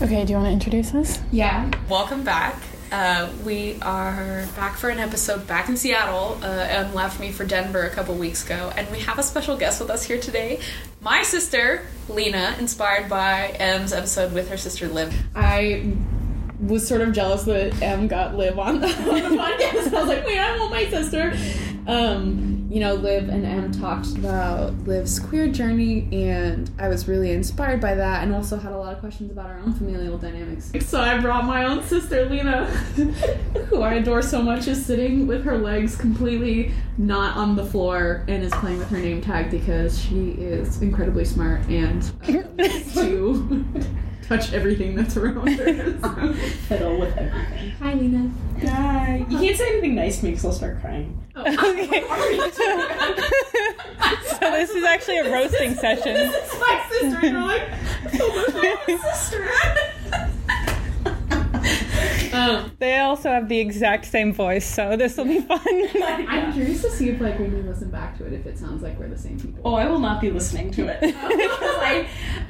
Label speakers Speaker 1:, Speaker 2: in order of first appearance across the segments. Speaker 1: Okay, do you want to introduce us?
Speaker 2: Yeah. Welcome back. Uh, we are back for an episode back in Seattle uh, and left me for Denver a couple weeks ago. And we have a special guest with us here today my sister, Lena, inspired by M's episode with her sister Liv.
Speaker 3: I was sort of jealous that M got Liv on the, on the podcast. I was like, wait, I want my sister. Um, you know, Liv and M talked about Liv's queer journey, and I was really inspired by that, and also had a lot of questions about our own familial dynamics. So I brought my own sister, Lena, who I adore so much, is sitting with her legs completely not on the floor and is playing with her name tag because she is incredibly smart and um, likes to touch everything that's around her. So.
Speaker 4: fiddle with everything.
Speaker 3: Hi, Lena.
Speaker 4: Hi. You can't say anything nice to me because I'll start crying.
Speaker 3: Oh.
Speaker 1: Okay. so this is actually a roasting session.
Speaker 3: This is my sister, and you're like, oh my God, sister. um,
Speaker 1: They also have the exact same voice, so this will be fun.
Speaker 3: I'm curious to see if, like, when we listen back to it, if it sounds like we're the same people.
Speaker 4: Oh, I will not be listening to it. Because I,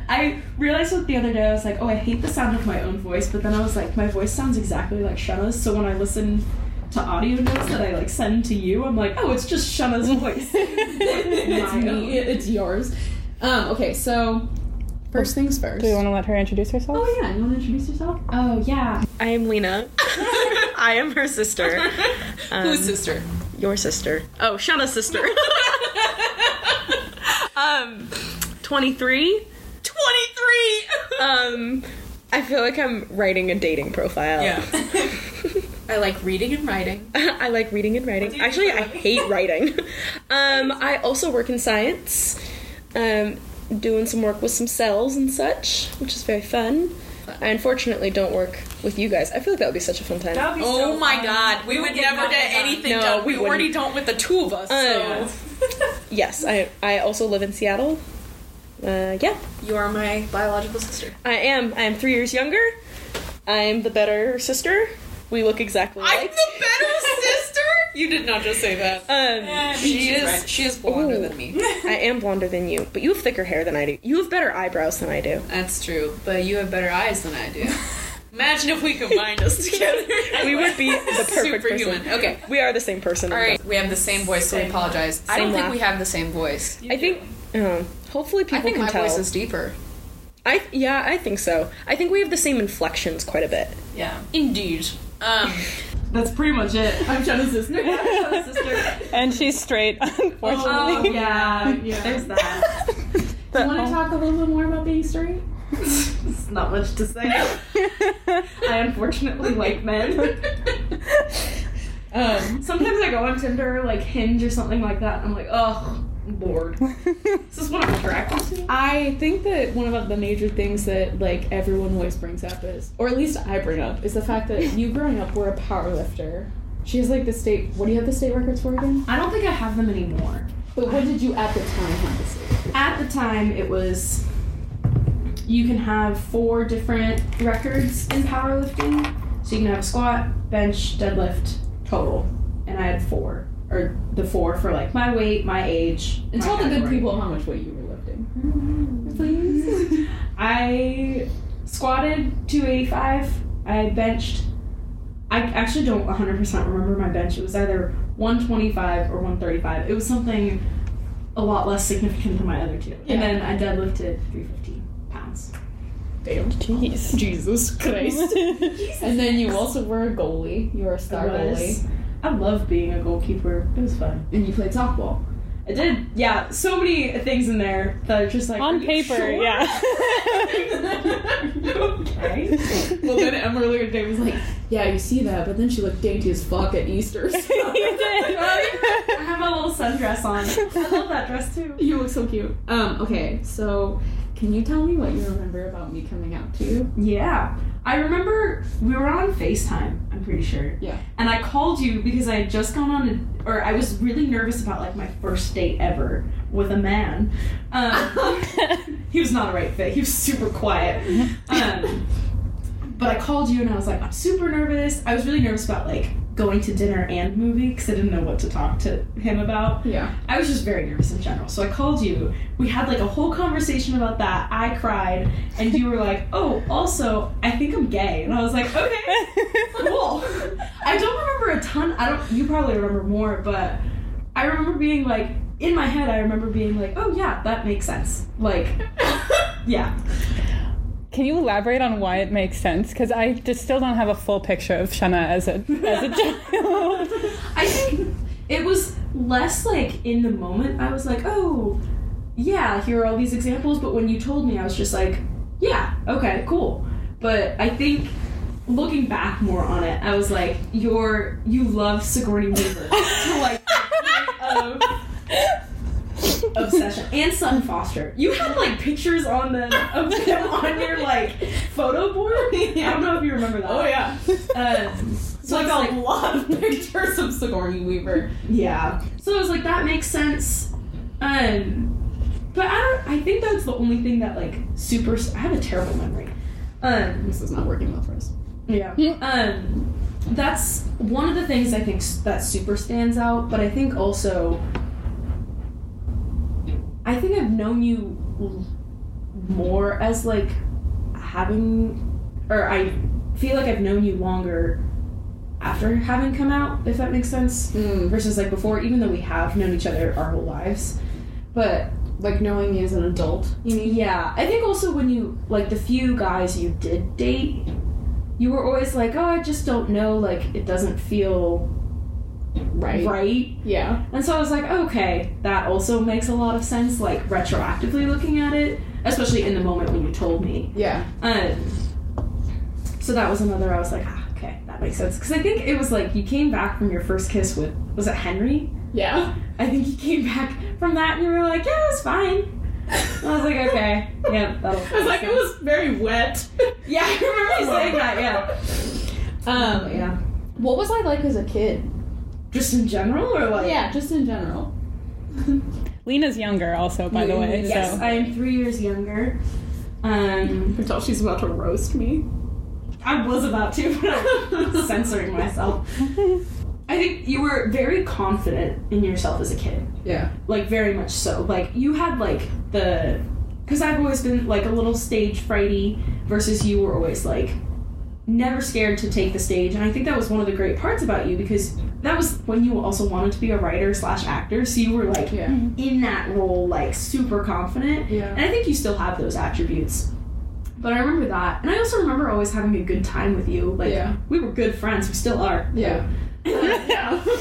Speaker 4: I realized it the other day. I was like, oh, I hate the sound of my own voice. But then I was like, my voice sounds exactly like Shanna's. So when I listen to audio notes that I like send to you, I'm like, oh, it's just Shanna's voice.
Speaker 3: it's me. It's yours. Um, okay, so first things first.
Speaker 1: Do you want to let her introduce herself?
Speaker 3: oh yeah, you want to introduce yourself?
Speaker 4: Oh yeah.
Speaker 5: I am Lena. I am her sister. Um,
Speaker 2: Who's sister?
Speaker 5: Your sister. Oh, Shauna's sister. um, 23.
Speaker 2: 23!
Speaker 5: Um, I feel like I'm writing a dating profile.
Speaker 2: yeah. I like reading and writing.
Speaker 5: I like reading and writing.
Speaker 2: do you do
Speaker 5: Actually,
Speaker 2: for a
Speaker 5: I
Speaker 2: living?
Speaker 5: hate writing. Um, I also work in science, um, doing some work with some cells and such, which is very fun. I unfortunately don't work with you guys. I feel like that would be such a fun time.
Speaker 4: That would be
Speaker 2: Oh
Speaker 4: so
Speaker 2: my
Speaker 4: fun.
Speaker 2: god, we would
Speaker 4: get
Speaker 2: never get
Speaker 4: nothing done.
Speaker 2: anything
Speaker 5: No,
Speaker 2: done.
Speaker 5: we
Speaker 2: We, already don't with the two of us.
Speaker 5: Uh,
Speaker 2: so.
Speaker 5: Yes, I, I also live in Seattle. Uh, yeah.
Speaker 2: you are my biological sister.
Speaker 5: I am. I am three years younger. I am the better sister. We look exactly
Speaker 2: I'm the
Speaker 5: alike.
Speaker 2: better sister? You did not just say that.
Speaker 5: Um,
Speaker 2: She is she is blonder
Speaker 5: Ooh.
Speaker 2: than me.
Speaker 5: I am blonder than you, but you have thicker hair than I do. You have better eyebrows than I do.
Speaker 2: That's true, but you have better eyes than I do. Imagine if we combined us together.
Speaker 5: We would be the perfect
Speaker 2: Superhuman.
Speaker 5: person.
Speaker 2: Okay.
Speaker 5: We are the same person.
Speaker 2: All right, we have the same voice, so we apologize. I don't
Speaker 5: Same
Speaker 2: think
Speaker 5: laugh.
Speaker 2: we have the same voice.
Speaker 5: I think. Um, hopefully, people
Speaker 2: I think
Speaker 5: can
Speaker 2: my
Speaker 5: tell.
Speaker 2: voice is deeper.
Speaker 5: I yeah, I think so. I think we have the same inflections quite a bit.
Speaker 2: Yeah, indeed. Um,
Speaker 4: That's pretty much it.
Speaker 3: I'm Jenna's sister.
Speaker 4: sister.
Speaker 1: And she's straight,
Speaker 4: Oh
Speaker 1: unfortunately.
Speaker 4: yeah, yeah. There's that.
Speaker 3: Do you want to talk a little bit more about being straight?
Speaker 4: There's not much to say. I unfortunately like men.
Speaker 3: Um,
Speaker 4: Sometimes I go on Tinder, like Hinge or something like that, and I'm like, oh, Lord. Is this what I'm attracted to?
Speaker 3: I think that one of the major things that like everyone always brings up is, or at least I bring up, is the fact that you growing up were a power lifter. She has like the state. What do you have the state records for again?
Speaker 4: I don't think I have them anymore.
Speaker 3: But what did you at the time have the state? records?
Speaker 4: At the time, it was you can have four different records in powerlifting. So you can have squat, bench, deadlift, total. And I had four. Or the four for like my weight, my age.
Speaker 3: And
Speaker 4: my
Speaker 3: tell the good
Speaker 4: category.
Speaker 3: people how much weight you were lifting.
Speaker 4: I squatted 285. I benched. I actually don't 100% remember my bench. It was either 125 or 135. It was something a lot less significant than my other two.
Speaker 3: Yeah.
Speaker 4: And then I deadlifted 315 pounds.
Speaker 3: Damn.
Speaker 1: Jeez.
Speaker 3: Jesus Christ. and then you also were a goalie. You were a star
Speaker 4: I was-
Speaker 3: goalie.
Speaker 4: I love being a goalkeeper. It was fun.
Speaker 3: And you played softball.
Speaker 4: I did, yeah, so many things in there that are just like are
Speaker 1: On
Speaker 4: you
Speaker 1: paper,
Speaker 4: sure?
Speaker 1: yeah.
Speaker 4: You okay.
Speaker 3: Well, then Em earlier today was like, yeah, you see that, but then she looked dainty as fuck at Easter.
Speaker 1: you did.
Speaker 4: I have a little sundress on. I love that dress too.
Speaker 3: you look so cute. Um, okay, so can you tell me what you remember about me coming out to you?
Speaker 4: Yeah. I remember we were on FaceTime, I'm pretty sure.
Speaker 3: Yeah.
Speaker 4: And I called you because I had just gone on a, or I was really nervous about like my first date ever with a man. Um, he was not a right fit. He was super quiet. Um, but I called you and I was like, I'm super nervous. I was really nervous about like
Speaker 5: going to dinner and movie because I didn't know what to talk to him about.
Speaker 4: Yeah.
Speaker 5: I was just very nervous in general. So I called you. We had like a whole conversation about that. I cried, and you were like, "Oh, also, I think I'm gay." And I was like, "Okay, cool." I don't remember a ton. I don't. You probably remember more, but I remember being like, in my head, I remember being like, "Oh yeah, that makes sense." Like, yeah.
Speaker 3: Can you elaborate on why it makes sense? Because I just still don't have a full picture of Shanna as a as a child.
Speaker 5: I think it was less like in the moment I was like, oh, yeah, here are all these examples. But when you told me, I was just like, yeah, okay, cool. But I think looking back more on it, I was like, you're you love Sigourney Weaver to like the point of obsession and Sutton Foster. You had like pictures on the of them on your like photo board. I don't know if you remember that.
Speaker 4: Oh yeah.
Speaker 5: Uh,
Speaker 4: So like a lot of pictures of Sigourney Weaver.
Speaker 5: Yeah. So I was like, that makes sense. Um, but I don't. I think that's the only thing that like super. I have a terrible memory. Um.
Speaker 4: This is not working well for us.
Speaker 5: Yeah.
Speaker 3: Hmm.
Speaker 5: Um. That's one of the things I think s- that super stands out. But I think also. I think I've known you l- more as like having, or I feel like I've known you longer after having come out. If that makes sense versus like before, even though we have known each other our whole lives. But
Speaker 4: Like knowing me as an adult. You mean?
Speaker 5: yeah, I think also when you like the few guys you did date, you were always like, oh, I just don't know, like it doesn't feel
Speaker 4: Right.
Speaker 5: right.
Speaker 4: Yeah.
Speaker 5: And so I was like, okay, that also makes a lot of sense, like retroactively looking at it, especially in the moment when you told me.
Speaker 4: Yeah.
Speaker 5: Um, so that was another, I was like, ah, okay, that makes sense. Because I think it was like you came back from your first kiss with, was it Henry?
Speaker 4: Yeah.
Speaker 5: I think you came back from that and you were like, yeah, it was fine. I was like, okay, yeah, that'll.
Speaker 4: I was like, it was very wet.
Speaker 5: Yeah, I remember you saying that. Yeah, But
Speaker 4: Um,
Speaker 5: yeah.
Speaker 4: what was I like as a kid?
Speaker 5: Just in general, or like?
Speaker 4: Yeah, just in general.
Speaker 3: Lena's younger, also by the way.
Speaker 5: Yes,
Speaker 3: so
Speaker 5: I am three years younger. Um,
Speaker 4: can tell she's about to roast me.
Speaker 5: I was about to, but I'm censoring myself. I think you were very confident in yourself as a kid.
Speaker 4: Yeah.
Speaker 5: like very much so like you had like the because i've always been like a little stage frighty versus you were always like never scared to take the stage and i think that was one of the great parts about you because that was when you also wanted to be a writer slash actor so you were like
Speaker 4: Yeah.
Speaker 5: in that role like super confident and
Speaker 4: Yeah.
Speaker 5: I think you still have those attributes. But I remember that. And I also remember always having a good time with you. Like,
Speaker 4: Yeah.
Speaker 5: we were good friends. We still are.
Speaker 4: Yeah.
Speaker 5: yeah.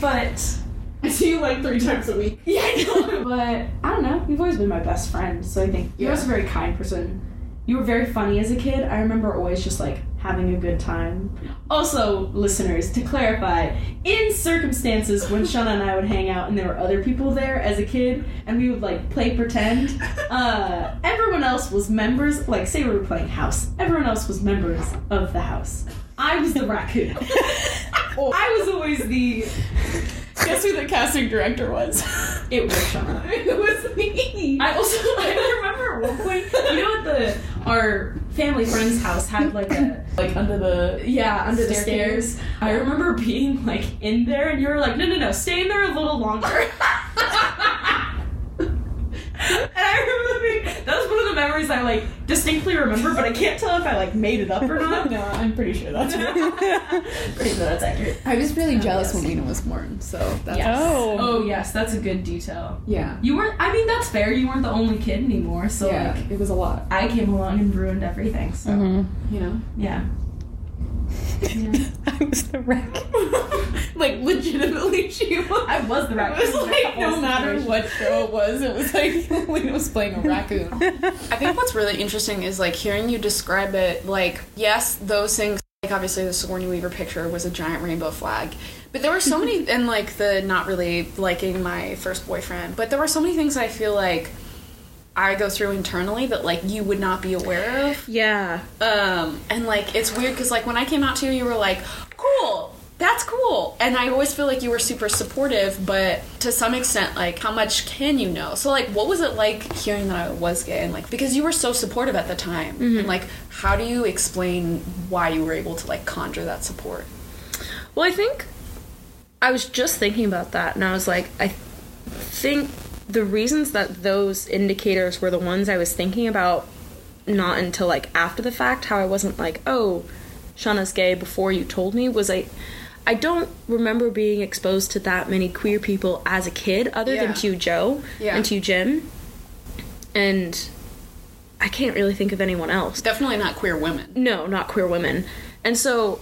Speaker 5: But,
Speaker 4: I see you like three times a week.
Speaker 5: yeah, I know. But, I don't know. You've always been my best friend. So I think you're
Speaker 4: Yeah.
Speaker 5: also a very kind person. You were very funny as a kid. I remember always just like having a good time. Also, listeners, to clarify, in circumstances when Shauna and I would hang out and there were other people there as a kid and we would like play pretend, uh, everyone else was members, like, say we were playing house, everyone else was members of the house. I was the raccoon. I was always the.
Speaker 4: Guess who the casting director was?
Speaker 5: It was Shauna.
Speaker 4: it was me.
Speaker 5: I also I remember at one point, you know, at the our family friend's house had like a
Speaker 4: Like under the.
Speaker 5: yeah under the
Speaker 4: Staircase.
Speaker 5: stairs. I remember being like in there, and you were like, no, no, no, stay in there a little longer. And I remember being, that was one of the memories I like distinctly remember, but I can't tell if I like made it up or not.
Speaker 4: No, I'm pretty sure that's.
Speaker 5: Pretty sure that's accurate.
Speaker 4: I was really jealous
Speaker 5: yes.
Speaker 4: when Lena was born, so that's.
Speaker 3: oh,
Speaker 5: Oh yes, that's a good detail.
Speaker 4: Yeah.
Speaker 5: You weren't. I mean, that's fair. You weren't the only kid anymore, so
Speaker 4: yeah.
Speaker 5: like
Speaker 4: it was a lot,
Speaker 5: I came along and ruined everything. So
Speaker 3: Mhm.
Speaker 4: you know?
Speaker 5: yeah.
Speaker 3: I was the wreck.
Speaker 4: like, legitimately, she was.
Speaker 5: I was the
Speaker 4: It
Speaker 5: raccoon.
Speaker 4: was like, no matter what show it was, it was like Lena was playing a raccoon.
Speaker 2: I think what's really interesting is like hearing you describe it. Like, yes, those things. Like, obviously, the Sigourney Weaver picture was a giant rainbow flag, but there were so many, and like the not really liking my first boyfriend. But there were so many things I feel like I go through internally that like you would not be aware of.
Speaker 6: Yeah.
Speaker 2: Um, and like it's weird because like when I came out to you, you were like, "Cool, that's cool," and I always feel like you were super supportive, but to some extent, like, how much can you know? So like, what was it like hearing that I was gay and like because you were so supportive at the time, and like, how do you explain why you were able to like conjure that support?
Speaker 5: Well, I think I was just thinking about that, and I was like, I think the reasons that those indicators were the ones I was thinking about, not until like after the fact, how I wasn't like, oh, Shauna's gay before you told me, was I. I don't remember being exposed to that many queer people as a kid, other
Speaker 2: Yeah.
Speaker 5: than to Joe
Speaker 2: Yeah.
Speaker 5: and to Jim, and I can't really think of anyone else.
Speaker 2: Definitely not queer women.
Speaker 5: No, not queer women. And so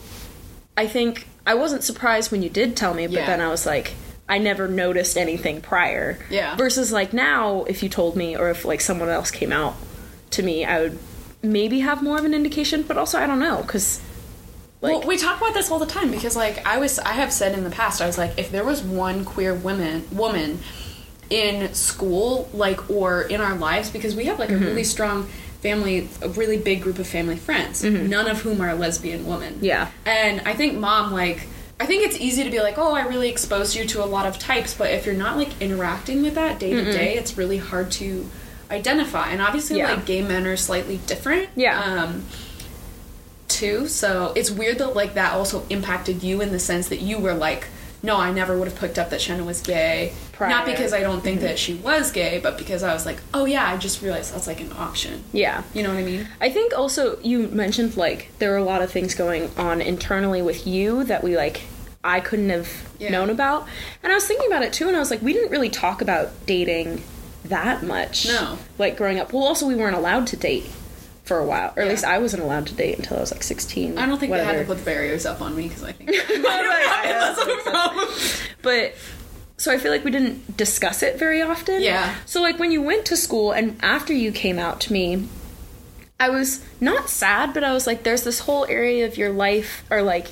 Speaker 5: I think I wasn't surprised when you did tell me, but
Speaker 2: Yeah.
Speaker 5: then I was like, I never noticed anything prior.
Speaker 2: Yeah.
Speaker 5: Versus like now, if you told me or if like someone else came out to me, I would maybe have more of an indication, but also I don't know because like
Speaker 2: well, we talk about this all the time because, like, I was I have said in the past, I was like, if there was one queer woman woman in school, like, or in our lives, because we have like
Speaker 5: Mm-hmm.
Speaker 2: a really strong family, a really big group of family friends, none of whom are lesbian women.
Speaker 5: Mm-hmm. Yeah.
Speaker 2: and I think mom like. I think it's easy to be like, oh, I really exposed you to a lot of types, but if you're not like interacting with that day to day, it's really hard to identify. And obviously,
Speaker 5: Yeah.
Speaker 2: like gay men are slightly different.
Speaker 5: Yeah.
Speaker 2: Um, too. So it's weird that like that also impacted you in the sense that you were like, no, I never would have picked up that Shannon was gay.
Speaker 5: Prior. Mm-hmm.
Speaker 2: Not because I don't think that she was gay, but because I was like, oh yeah, I just realized that's like an option.
Speaker 5: yeah.
Speaker 2: You know what I mean?
Speaker 5: I think also you mentioned like there were a lot of things going on internally with you that we like I couldn't have
Speaker 2: Yeah.
Speaker 5: known about. And I was thinking about it too and I was like we didn't really talk about dating that much.
Speaker 2: No.
Speaker 5: Like growing up. Well also we weren't allowed to date for a while. Or at
Speaker 2: Yeah.
Speaker 5: least I wasn't allowed to date until I was like 16.
Speaker 2: I don't think they had to
Speaker 5: whatever.
Speaker 2: put the barriers up on me because I think that
Speaker 5: But so I feel like we didn't discuss it very often.
Speaker 2: Yeah.
Speaker 5: So like when you went to school and after you came out to me, I was not sad, but I was like, there's this whole area of your life or like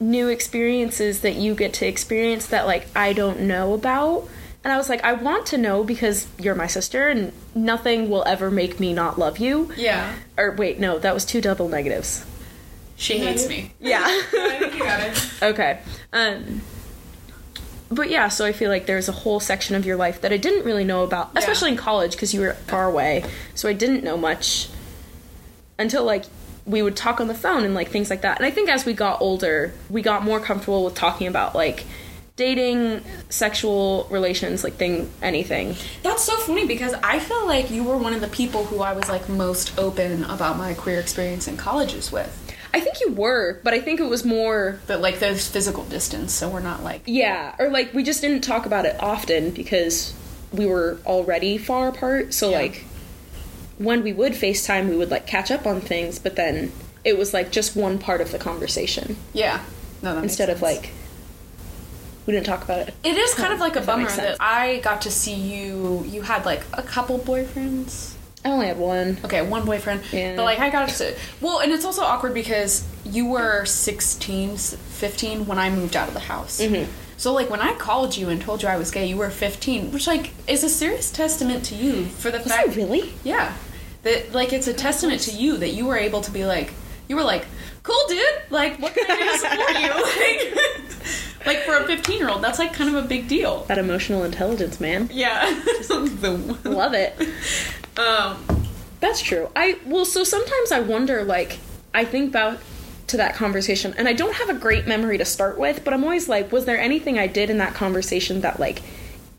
Speaker 5: new experiences that you get to experience that like I don't know about. And I was like, I want to know because you're my sister and nothing will ever make me not love you.
Speaker 2: yeah,
Speaker 5: Or wait, no, that was two double negatives.
Speaker 2: she hates me.
Speaker 5: Yeah.
Speaker 4: I think you got it.
Speaker 5: Okay. Um but yeah, so I feel like there's a whole section of your life that I didn't really know about, especially in college because you were far away. So I didn't know much until like we would talk on the phone and like things like that. And I think as we got older, we got more comfortable with talking about like dating, sexual relations, like thing anything.
Speaker 2: That's so funny because I feel like you were one of the people who I was like most open about my queer experience in colleges with.
Speaker 5: I think you were, but I think it was more
Speaker 2: But like there's physical distance, so we're not like
Speaker 5: yeah, or like we just didn't talk about it often because we were already far apart. So
Speaker 2: Yeah.
Speaker 5: like when we would FaceTime, we would like catch up on things, but then it was like just one part of the conversation
Speaker 2: yeah. No, that makes
Speaker 5: instead of
Speaker 2: sense.
Speaker 5: like we didn't talk about it.
Speaker 2: It is kind of like a
Speaker 5: If that
Speaker 2: bummer
Speaker 5: makes
Speaker 2: that,
Speaker 5: sense.
Speaker 2: I got to see you. You had like a couple boyfriends.
Speaker 5: I only had one.
Speaker 2: Okay, one boyfriend.
Speaker 5: Yeah.
Speaker 2: But like I got to. Well, and it's also awkward because you were 16, 15 when I moved out of the house.
Speaker 5: Mm-hmm.
Speaker 2: So like when I called you and told you I was gay, you were 15, which like is a serious testament to you for the
Speaker 5: Was I
Speaker 2: fact.
Speaker 5: really?
Speaker 2: Yeah. That like it's a testament to you that you were able to be like you were like, Cool dude, like what can I do to support you? Like, like for a fifteen year old, that's like kind of a big deal.
Speaker 5: That emotional intelligence, man.
Speaker 2: Yeah. The-
Speaker 5: Love it.
Speaker 2: um
Speaker 5: That's true. I well, so sometimes I wonder like I think about to that conversation and I don't have a great memory to start with, but I'm always like was there anything I did in that conversation that like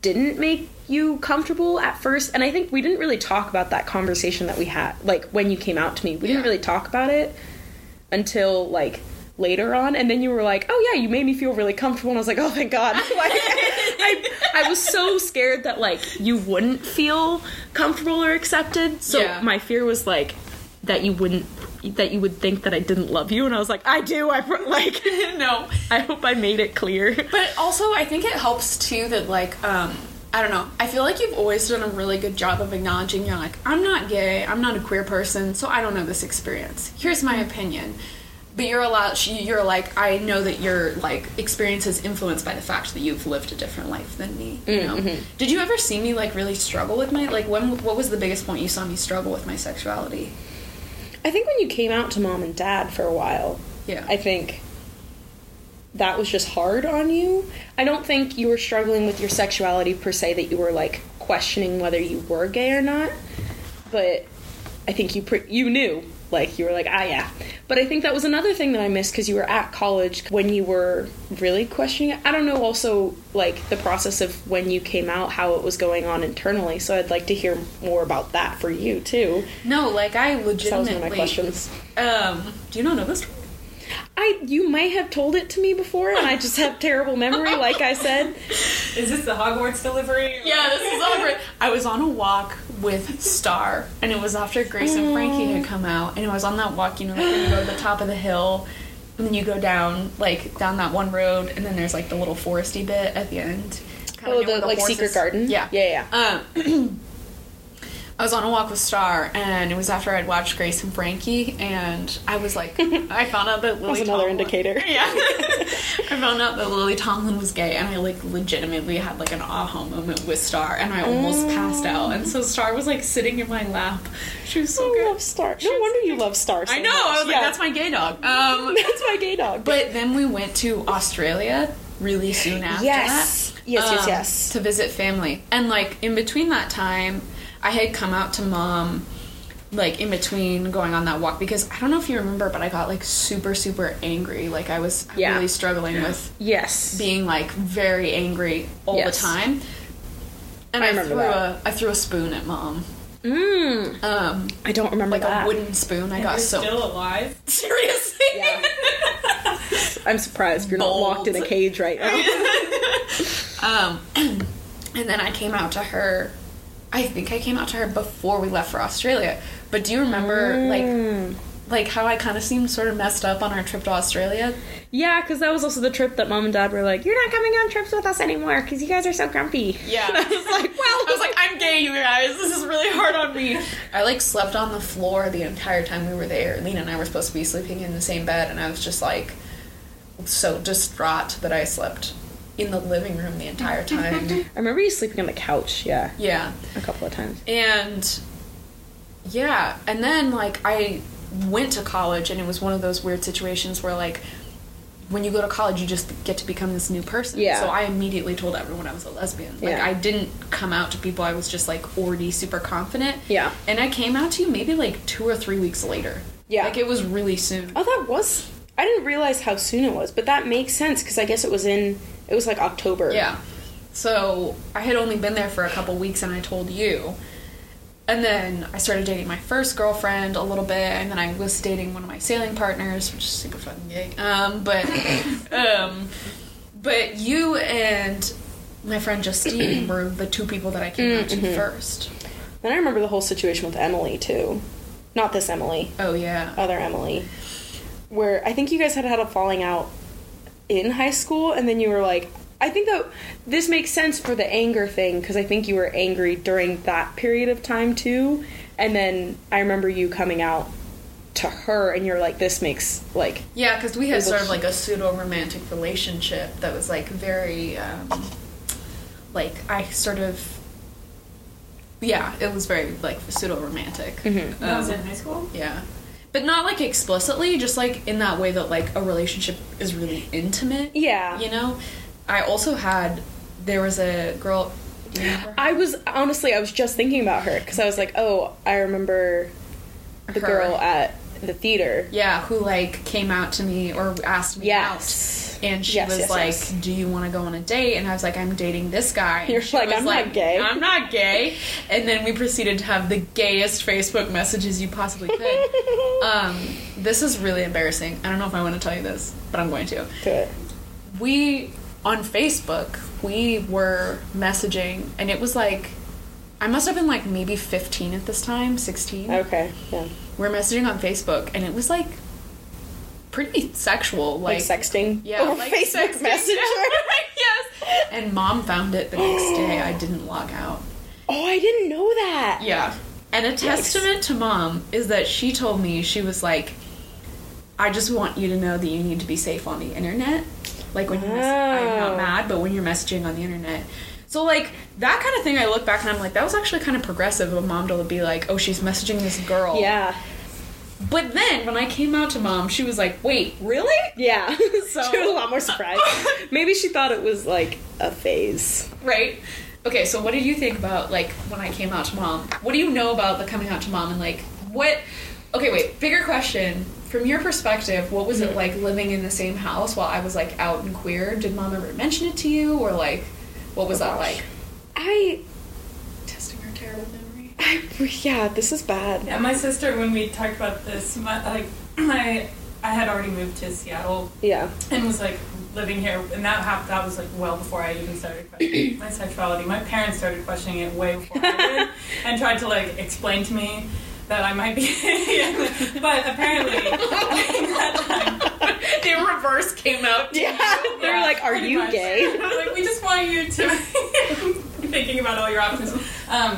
Speaker 5: didn't make you comfortable at first? And I think we didn't really talk about that conversation that we had like when you came out to me. We didn't
Speaker 2: Yeah.
Speaker 5: really talk about it until like later on and then you were like oh yeah you made me feel really comfortable and i was like oh thank god like, I, I was so scared that like you wouldn't feel comfortable or accepted so
Speaker 2: Yeah.
Speaker 5: my fear was like that you wouldn't that you would think that i didn't love you and i was like i do i pro- like
Speaker 2: no.
Speaker 5: i hope i made it clear
Speaker 2: But also I think it helps too that like um I don't know. I feel like you've always done a really good job of acknowledging you're like, I'm not gay, I'm not a queer person, so I don't know this experience. Here's my
Speaker 5: Mm-hmm.
Speaker 2: opinion. But you're allowed you're like, I know that your like experience is influenced by the fact that you've lived a different life than me. You know?
Speaker 5: Mm-hmm.
Speaker 2: Did you ever see me like really struggle with my like when what was the biggest point you saw me struggle with my sexuality?
Speaker 5: i think when you came out to mom and dad for a while
Speaker 2: Yeah.
Speaker 5: I think that was just hard on you. I don't think you were struggling with your sexuality per se, that you were like questioning whether you were gay or not. But I think you pre- you knew, like you were like, ah, yeah. But I think that was another thing that I missed because you were at college when you were really questioning it. I don't know also like the process of when you came out, how it was going on internally. So I'd like to hear more about that for you too.
Speaker 2: No, like I
Speaker 5: So that was one of my
Speaker 2: legitimately.
Speaker 5: questions.
Speaker 2: Um, do you not know this?
Speaker 5: I you may have told it to me before and I just have terrible memory, like I said.
Speaker 3: Is this the Hogwarts delivery?
Speaker 2: Yeah, this is over. I was on a walk with Star, and it was after Grace and Frankie had come out, and it was on that walk. You know, like when you go to the top of the hill, and then you go down like down that one road, and then there's like the little foresty bit at the end. Kinda
Speaker 5: Oh,
Speaker 2: near where
Speaker 5: the like
Speaker 2: horses-
Speaker 5: secret garden.
Speaker 2: Yeah,
Speaker 5: yeah, yeah.
Speaker 2: Um, I was on a walk with Star, and it was after I'd watched Grace and Frankie, and I was like, I found out that Lily
Speaker 5: That was another
Speaker 2: Tomlin-
Speaker 5: indicator.
Speaker 2: oh. Yeah, I found out that Lily Tomlin was gay, and I like legitimately had like an aha moment with Star, and I almost
Speaker 5: Mm.
Speaker 2: passed out. And so Star was like sitting in my lap. She was so
Speaker 5: I
Speaker 2: good.
Speaker 5: love Star. No wonder you love Star. Oh, so
Speaker 2: I know.
Speaker 5: much.
Speaker 2: I was like,
Speaker 5: Yeah.
Speaker 2: that's my gay dog. Um,
Speaker 5: that's my gay dog.
Speaker 2: but then we went to Australia really soon after
Speaker 5: Yes.
Speaker 2: that.
Speaker 5: Yes, yes,
Speaker 2: um,
Speaker 5: yes.
Speaker 2: To visit family. And like in between that time, I had come out to mom like in between going on that walk because I don't know if you remember, but I got like super, super angry. Like I was
Speaker 5: Yeah.
Speaker 2: really struggling with
Speaker 5: yes.
Speaker 2: being like very angry all
Speaker 5: Yes.
Speaker 2: the time. And
Speaker 5: I
Speaker 2: I,
Speaker 5: remember
Speaker 2: threw
Speaker 5: that.
Speaker 2: a I threw a spoon at mom.
Speaker 5: Mm,
Speaker 2: Um
Speaker 5: I don't remember
Speaker 2: like
Speaker 5: that.
Speaker 2: a wooden spoon. I
Speaker 3: You're
Speaker 2: got so
Speaker 3: still alive.
Speaker 2: seriously.
Speaker 5: Yeah. I'm surprised you're
Speaker 2: Bold.
Speaker 5: not locked in a cage right now.
Speaker 2: Um, and then I came out to her. I think I came out to her before we left for Australia. But do you remember,
Speaker 5: Mm.
Speaker 2: like, like how I kind of seemed sort of messed up on our trip to Australia?
Speaker 5: yeah, because that was also the trip that mom and dad were like, "You're not coming on trips with us anymore because you guys are so grumpy."
Speaker 2: Yeah. I was like, well, I was like, I'm gay, you guys. This is really hard on me. I like slept on the floor the entire time we were there. Lena and I were supposed to be sleeping in the same bed, and I was just like, so distraught that I slept in the living room the entire time.
Speaker 5: I remember you sleeping on the couch. Yeah,
Speaker 2: yeah.
Speaker 5: a couple of times.
Speaker 2: And yeah, and then like I went to college and it was one of those weird situations where like when you go to college you just get to become this new person.
Speaker 5: Yeah.
Speaker 2: So I immediately told everyone I was a lesbian. Like
Speaker 5: Yeah.
Speaker 2: I didn't come out to people I was just like already super confident.
Speaker 5: Yeah.
Speaker 2: And I came out to you maybe like 2 or 3 weeks later.
Speaker 5: Yeah.
Speaker 2: Like it was really soon.
Speaker 5: Oh, that was. I didn't realize how soon it was, but that makes sense because I guess it was in. It was like October.
Speaker 2: Yeah. So I had only been there for a couple weeks and I told you. And then I started dating my first girlfriend a little bit, and then I was dating one of my sailing partners, which is super fucking gay. Um, but, um, but you and my friend Justine were the two people that I came out to first.
Speaker 5: Then I remember the whole situation with Emily too. Not this Emily,
Speaker 2: Oh yeah.
Speaker 5: other Emily, where I think you guys had had a falling out in high school, and then you were like, I think that this makes sense for the anger thing because I think you were angry during that period of time too. And then I remember you coming out to her, and you're like, this makes like
Speaker 2: Yeah, because we had
Speaker 5: was-
Speaker 2: sort of like a pseudo romantic relationship that was like very, um, like I sort of, yeah, it was very like pseudo romantic.
Speaker 4: That was in high school.
Speaker 2: Yeah, but not like explicitly, just like in that way that like a relationship is really intimate.
Speaker 5: Yeah.
Speaker 2: you know. I also had there was a girl. do you remember
Speaker 5: I was honestly, I was just thinking about her because I was like, oh, I remember the
Speaker 2: Her.
Speaker 5: girl at the theater.
Speaker 2: Yeah, who like came out to me or asked me out.
Speaker 5: Yes.
Speaker 2: And she
Speaker 5: Yes,
Speaker 2: was
Speaker 5: yes,
Speaker 2: like,
Speaker 5: yes.
Speaker 2: "Do you want to go on a date?" And I was like, "I'm dating this guy." And
Speaker 5: You're
Speaker 2: she
Speaker 5: like,
Speaker 2: was
Speaker 5: "I'm not gay."
Speaker 2: I'm not gay. And then we proceeded to have the gayest Facebook messages you possibly could. um, this is really embarrassing. I don't know if I want to tell you this, but I'm going to
Speaker 5: Do it.
Speaker 2: Mm-hmm. we on Facebook we were messaging and it was like I must have been like maybe 15 at this time, 16.
Speaker 5: Okay. Yeah.
Speaker 2: We're messaging on Facebook and it was like pretty sexual
Speaker 5: Like,
Speaker 2: like,
Speaker 5: sexting.
Speaker 2: yeah,
Speaker 5: Over
Speaker 2: like
Speaker 5: Facebook
Speaker 2: sexting.
Speaker 5: Messenger.
Speaker 2: yes. And mom found it the next day. I didn't log out.
Speaker 5: Oh, I didn't know that.
Speaker 2: Yeah. And a testament to mom is that she told me, she was like, I just want you to know that you need to be safe on the internet. Like when you're, mess- I'm
Speaker 5: Wow.
Speaker 2: not mad, but when you're messaging on the internet. So, like, that kind of thing, I look back and I'm like, that was actually kind of progressive of mom to be like, oh, she's messaging this girl.
Speaker 5: Yeah.
Speaker 2: But then when I came out to mom, she was like, wait, really?
Speaker 5: Yeah.
Speaker 2: So-
Speaker 5: she was a lot more surprised. Maybe she thought it was like a phase.
Speaker 2: Right? Okay, so what did you think about, like, when I came out to mom? What do you know about the coming out to mom and, like, what. Okay, wait, bigger question From your perspective, what was it like living in the same house while I was like out and queer? Did mom ever mention it to you, or like, what was that like?
Speaker 5: I,
Speaker 2: Oh Testing her terrible memory.
Speaker 5: I, yeah, this is bad.
Speaker 3: Yeah, my sister, when we talked about this, my, like, my, I had already moved to Seattle
Speaker 5: Yeah.
Speaker 3: and was like living here, and that happened. That was like well before I even started questioning my sexuality. My parents started questioning it way before I did, and tried to like explain to me that I might be. but apparently, that time,
Speaker 2: they reverse came out.
Speaker 5: Yeah. They're
Speaker 3: Yeah,
Speaker 5: like, are
Speaker 3: pretty
Speaker 5: you
Speaker 3: much.
Speaker 5: gay?
Speaker 3: like, we just want you to thinking about all your options. Um,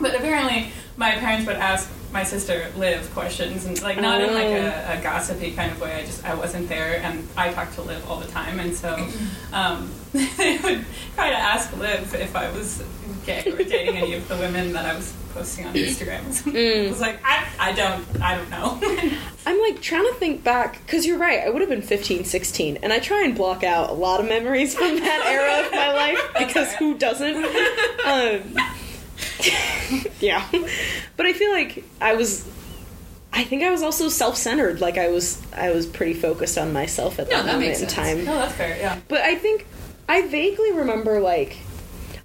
Speaker 3: but apparently, my parents would ask my sister Liv questions, and like not in like
Speaker 5: Oh.
Speaker 3: a, a gossipy kind of way. I just I wasn't there, and I talked to Liv all the time, and so um, they would try to ask Liv if I was gay or dating any of the women that I was posting on Instagram. or
Speaker 5: Mm.
Speaker 3: something. I was like, I, I don't I don't know. Oh,
Speaker 5: I'm like trying to think back because you're right. I would have been 15, 16, and I try and block out a lot of memories from that era of my life because who doesn't? Um, yeah, but I feel like I was. I think I was also self-centered. Like I was, I was pretty focused on myself at
Speaker 2: No, that
Speaker 5: that moment
Speaker 2: makes
Speaker 5: in
Speaker 2: sense.
Speaker 5: time.
Speaker 3: no, that's fair. Yeah.
Speaker 5: But I think I vaguely remember like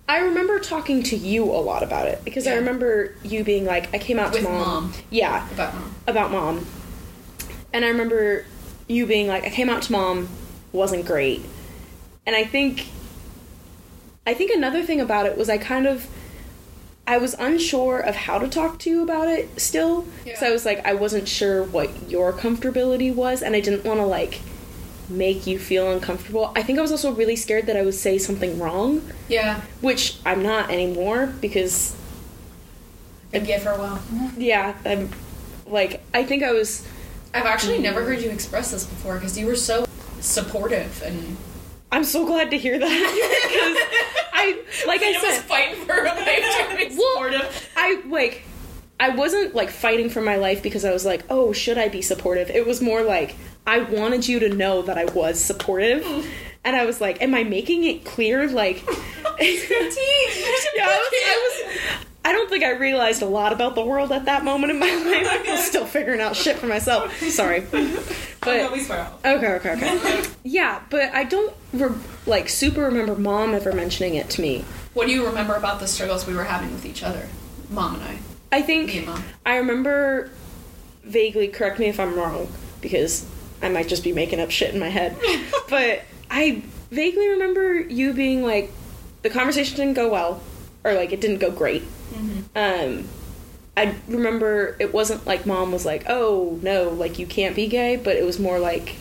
Speaker 5: I remember talking to you a lot about it because I
Speaker 2: Yeah.
Speaker 5: remember you being like, I came out
Speaker 2: With
Speaker 5: to mom.
Speaker 2: Mom.
Speaker 5: Yeah,
Speaker 2: About mom.
Speaker 5: about mom. And I remember you being like, I came out to mom, wasn't great. And I think I think another thing about it was I kind of I was unsure of how to talk to you about it still. Because I was like, I wasn't sure what your comfortability was, and I didn't want to like make you feel uncomfortable. I think I was also really scared that I would say something wrong,
Speaker 2: Yeah.
Speaker 5: which I'm not anymore because
Speaker 2: I give her well.
Speaker 5: yeah, I'm like I think I was
Speaker 2: I've actually never heard you express this before because you were so supportive and
Speaker 5: I'm so glad to hear that because I like I
Speaker 2: I was
Speaker 5: said
Speaker 2: fighting for a life to be
Speaker 5: Well-
Speaker 2: supportive.
Speaker 5: I like I wasn't like fighting for my life because I was like, "Oh, should I be supportive?" It was more like I wanted you to know that I was supportive. And I was like, "Am I making it clear like Yeah, I was, I was I don't think I realized a lot about the world at that moment in my life. I was still figuring out shit for myself. Sorry. But
Speaker 3: Oh, no, we swear.
Speaker 5: Okay, okay, okay. yeah, but I don't re- like super remember mom ever mentioning it to me.
Speaker 2: What do you remember about the struggles we were having with each other, mom and I?
Speaker 5: I think
Speaker 2: Me and Mom.
Speaker 5: I remember vaguely. Correct me if I'm wrong, because I might just be making up shit in my head. but I vaguely remember you being like, the conversation didn't go well, or like it didn't go great. Um, I remember it wasn't like mom was like, "Oh no, like you can't be gay," but it was more like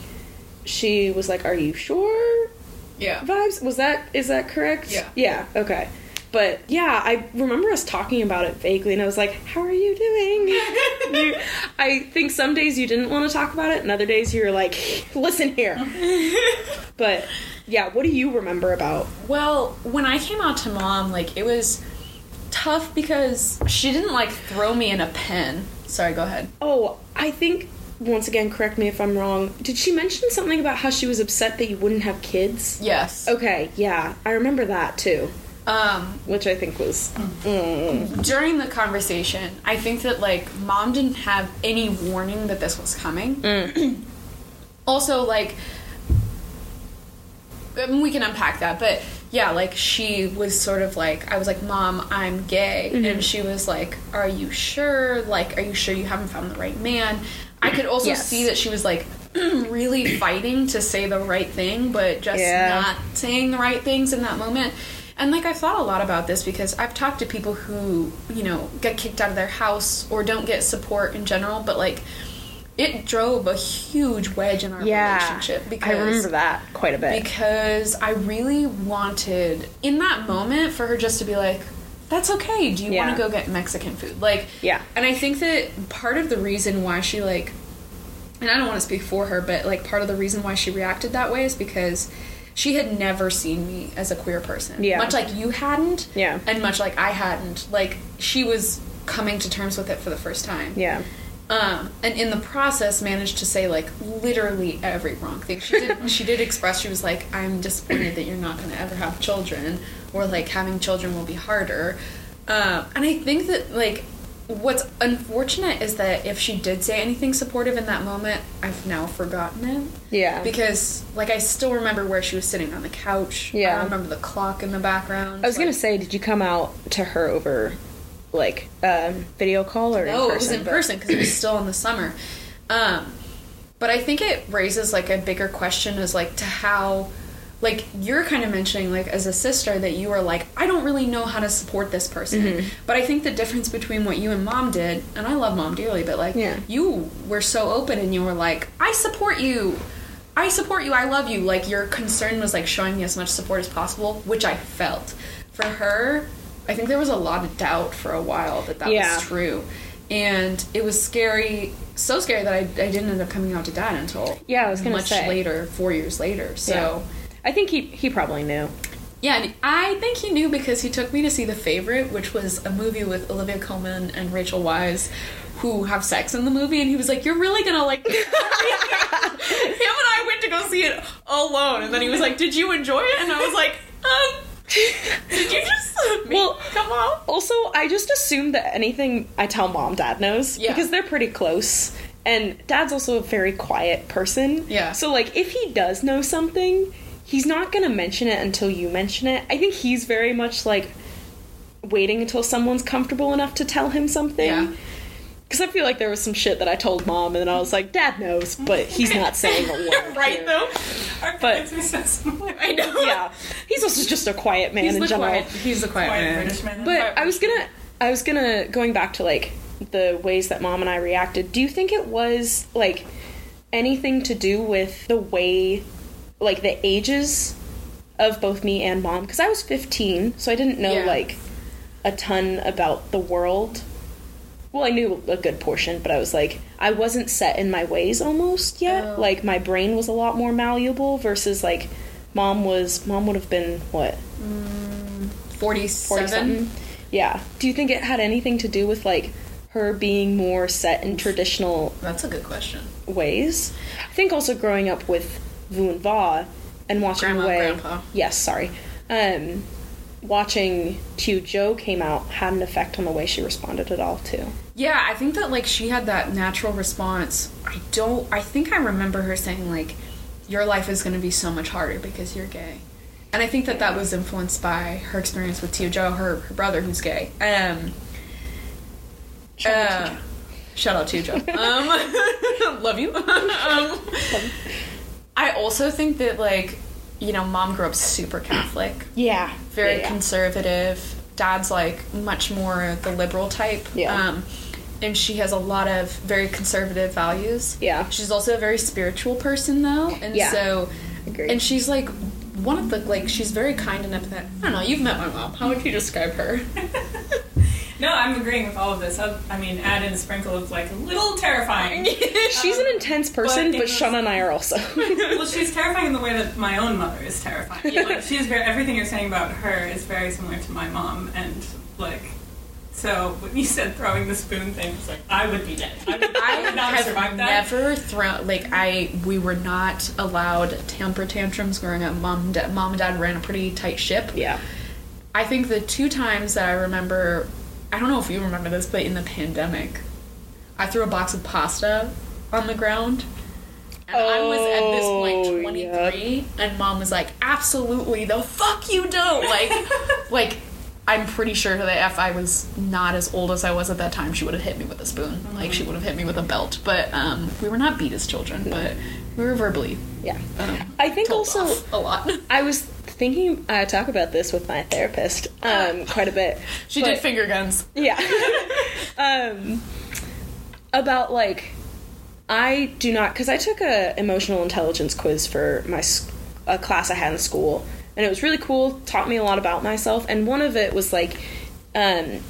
Speaker 5: she was like, "Are you sure?"
Speaker 2: Yeah.
Speaker 5: vibes. Was that is that correct?
Speaker 2: Yeah.
Speaker 5: Yeah. Okay. But yeah, I remember us talking about it vaguely, and I was like, "How are you doing?" You- I think some days you didn't want to talk about it, and other days you were like, "Listen here." but yeah, what do you remember about?
Speaker 2: Well, when I came out to mom, like it was tough because she didn't like throw me in a pen. Sorry, go ahead.
Speaker 5: Oh, I think once again, correct me if I'm wrong. Did she mention something about how she was upset that you wouldn't have kids?
Speaker 2: Yes.
Speaker 5: Okay, yeah, I remember that too,
Speaker 2: Um,
Speaker 5: which I think was
Speaker 2: during the conversation, I think that like mom didn't have any warning that this was coming. also, like I mean, we can unpack that, but yeah, like she was sort of like I was like, "Mom, I'm gay," and she was like, "Are you sure? Like, are you sure you haven't found the right man?" I could also
Speaker 5: Yes.
Speaker 2: see that she was like really fighting to say the right thing, but just
Speaker 5: Yeah.
Speaker 2: not saying the right things in that moment. And like I've thought a lot about this because I've talked to people who, you know, get kicked out of their house or don't get support in general, but like it drove a huge wedge in our relationship because
Speaker 5: I remember that quite a bit.
Speaker 2: because I really wanted in that moment for her just to be like, "That's okay. Do you
Speaker 5: Yeah.
Speaker 2: want to go get Mexican food?" Like,
Speaker 5: Yeah.
Speaker 2: And I think that part of the reason why she like, and I don't want to speak for her, but like part of the reason why she reacted that way is because she had never seen me as a queer person.
Speaker 5: Yeah.
Speaker 2: Much like you hadn't.
Speaker 5: Yeah.
Speaker 2: And much like I hadn't. Like she was coming to terms with it for the first time
Speaker 5: yeah.
Speaker 2: um, and in the process managed to say like literally every wrong thing she did she did express she was like i'm disappointed that you're not going to ever have children or like having children will be harder um, and i think that like What's unfortunate is that if she did say anything supportive in that moment, I've now forgotten it.
Speaker 5: Yeah.
Speaker 2: Because, like, I still remember where she was sitting on the couch.
Speaker 5: Yeah.
Speaker 2: I remember the clock in the background.
Speaker 5: I was gonna
Speaker 2: Like,
Speaker 5: say, did you come out to her over, like, um, video call or in
Speaker 2: no,
Speaker 5: person?
Speaker 2: it was in
Speaker 5: But-
Speaker 2: person because it was still in the summer. Um, but I think it raises like a bigger question as like to how, like you're kind of mentioning like as a sister that you are like I don't really know how to support this person.
Speaker 5: Mm-hmm.
Speaker 2: But I think the difference between what you and mom did, and I love mom dearly, but like
Speaker 5: Yeah.
Speaker 2: you were so open and you were like I support you. I support you. I love you. Like your concern was like showing me as much support as possible, which I felt. For her, I think there was a lot of doubt for a while that that
Speaker 5: Yeah.
Speaker 2: was true, and it was scary, so scary that I, I didn't end up coming out to dad until
Speaker 5: Yeah, I was gonna
Speaker 2: much
Speaker 5: say.
Speaker 2: later, four years later. So
Speaker 5: I think he he probably knew.
Speaker 2: yeah. and I think he knew because he took me to see The Favorite, which was a movie with Olivia Colman and Rachel Wise. Who have sex in the movie, and he was like, "You're really gonna like." Him and I went to go see it alone, and then he was like, "Did you enjoy it?" And I was like, "Um, did you just make well,
Speaker 5: Well-
Speaker 2: come out?"
Speaker 5: Also, I just assume that anything I tell mom, dad knows
Speaker 2: Yeah.
Speaker 5: because they're pretty close. And dad's also a very quiet person.
Speaker 2: Yeah.
Speaker 5: So like if he does know something, he's not going to mention it until you mention it. I think he's very much like waiting until someone's comfortable enough to tell him something.
Speaker 2: Yeah.
Speaker 5: Cuz I feel like there was some shit that I told mom and then I was like dad knows, but he's not saying a word.
Speaker 3: right though. Our
Speaker 5: But-
Speaker 3: parents were so similar.
Speaker 2: I know.
Speaker 5: yeah. He's also just a quiet man
Speaker 2: He's
Speaker 5: in
Speaker 2: the
Speaker 5: general.
Speaker 2: quiet. He's the quiet,
Speaker 3: White
Speaker 2: man.
Speaker 3: British man.
Speaker 5: But I was gonna, I was gonna going back to like the ways that mom and I reacted. Do you think it was like anything to do with the way, like the ages of both me and mom? Because I was fifteen, so I didn't know
Speaker 2: Yeah.
Speaker 5: like a ton about the world. Well, I knew a good portion, but I was like, I wasn't set in my ways almost yet.
Speaker 2: Oh.
Speaker 5: Like my brain was a lot more malleable versus like mom was. Mom would have been what 40
Speaker 2: Forty-seven.
Speaker 5: something. Yeah. Do you think it had anything to do with like her being more set in traditional
Speaker 2: That's a good question.
Speaker 5: ways? I think also growing up with Vu and Va and watching
Speaker 2: Grandma,
Speaker 5: the way
Speaker 2: grandpa.
Speaker 5: Yes, sorry. Um watching Q Joe came out had an effect on the way she responded at all too.
Speaker 2: Yeah, I think that like she had that natural response. I don't. I think I remember her saying like, "Your life is going to be so much harder because you're gay," and I think that that was influenced by her experience with Tio Joe, her her brother who's gay. Um,
Speaker 5: Shout out
Speaker 2: uh, shout out to you, Joe. Um, love you. um, I also think that like, you know, mom grew up super Catholic.
Speaker 5: Yeah.
Speaker 2: very
Speaker 5: Yeah, yeah.
Speaker 2: conservative. Dad's like much more the liberal type.
Speaker 5: Yeah.
Speaker 2: Um, and she has a lot of very conservative values.
Speaker 5: Yeah.
Speaker 2: She's also a very spiritual person though, and
Speaker 5: Yeah.
Speaker 2: so,
Speaker 5: Agreed.
Speaker 2: and she's like one of the like she's very kind and empathetic. I don't know. You've met my mom. How would you describe her?
Speaker 3: no, I'm agreeing with all of this. I, I mean, add in a sprinkle of like a little terrifying.
Speaker 5: She's an intense
Speaker 3: but
Speaker 5: person, but,
Speaker 3: it was-
Speaker 5: Shauna and I are also.
Speaker 3: well, she's terrifying in the way that my own mother is terrifying. Like, she's very, everything you're saying about her is very similar to my mom, and like, so when you said throwing the spoon thing, it's like I would be dead. I would, I would not have survived that.
Speaker 2: never thrown like I. We were not allowed temper tantrums growing up. Mom, and dad, mom and dad ran a pretty tight ship.
Speaker 5: yeah.
Speaker 2: I think the two times that I remember, I don't know if you remember this, but in the pandemic, I threw a box of pasta on the ground. And I was at this
Speaker 5: Oh,
Speaker 2: point 23, and mom was like, absolutely, the fuck you don't. Like, like, I'm pretty sure that if I was not as old as I was at that time, she would have hit me with a spoon. Like,
Speaker 5: Mm-hmm.
Speaker 2: she would have hit me with a belt. But um, we were not beat as children, but we were verbally.
Speaker 5: Yeah.
Speaker 2: Um,
Speaker 5: I think
Speaker 2: told
Speaker 5: also
Speaker 2: off a lot.
Speaker 5: I was thinking I talk about this with my therapist um, quite a bit.
Speaker 2: She
Speaker 5: but-
Speaker 2: did finger guns.
Speaker 5: Yeah. um, about like, I do not because I took a emotional intelligence quiz for my s- a class I had in school, and it was really cool. Taught me a lot about myself, and one of it was like, um,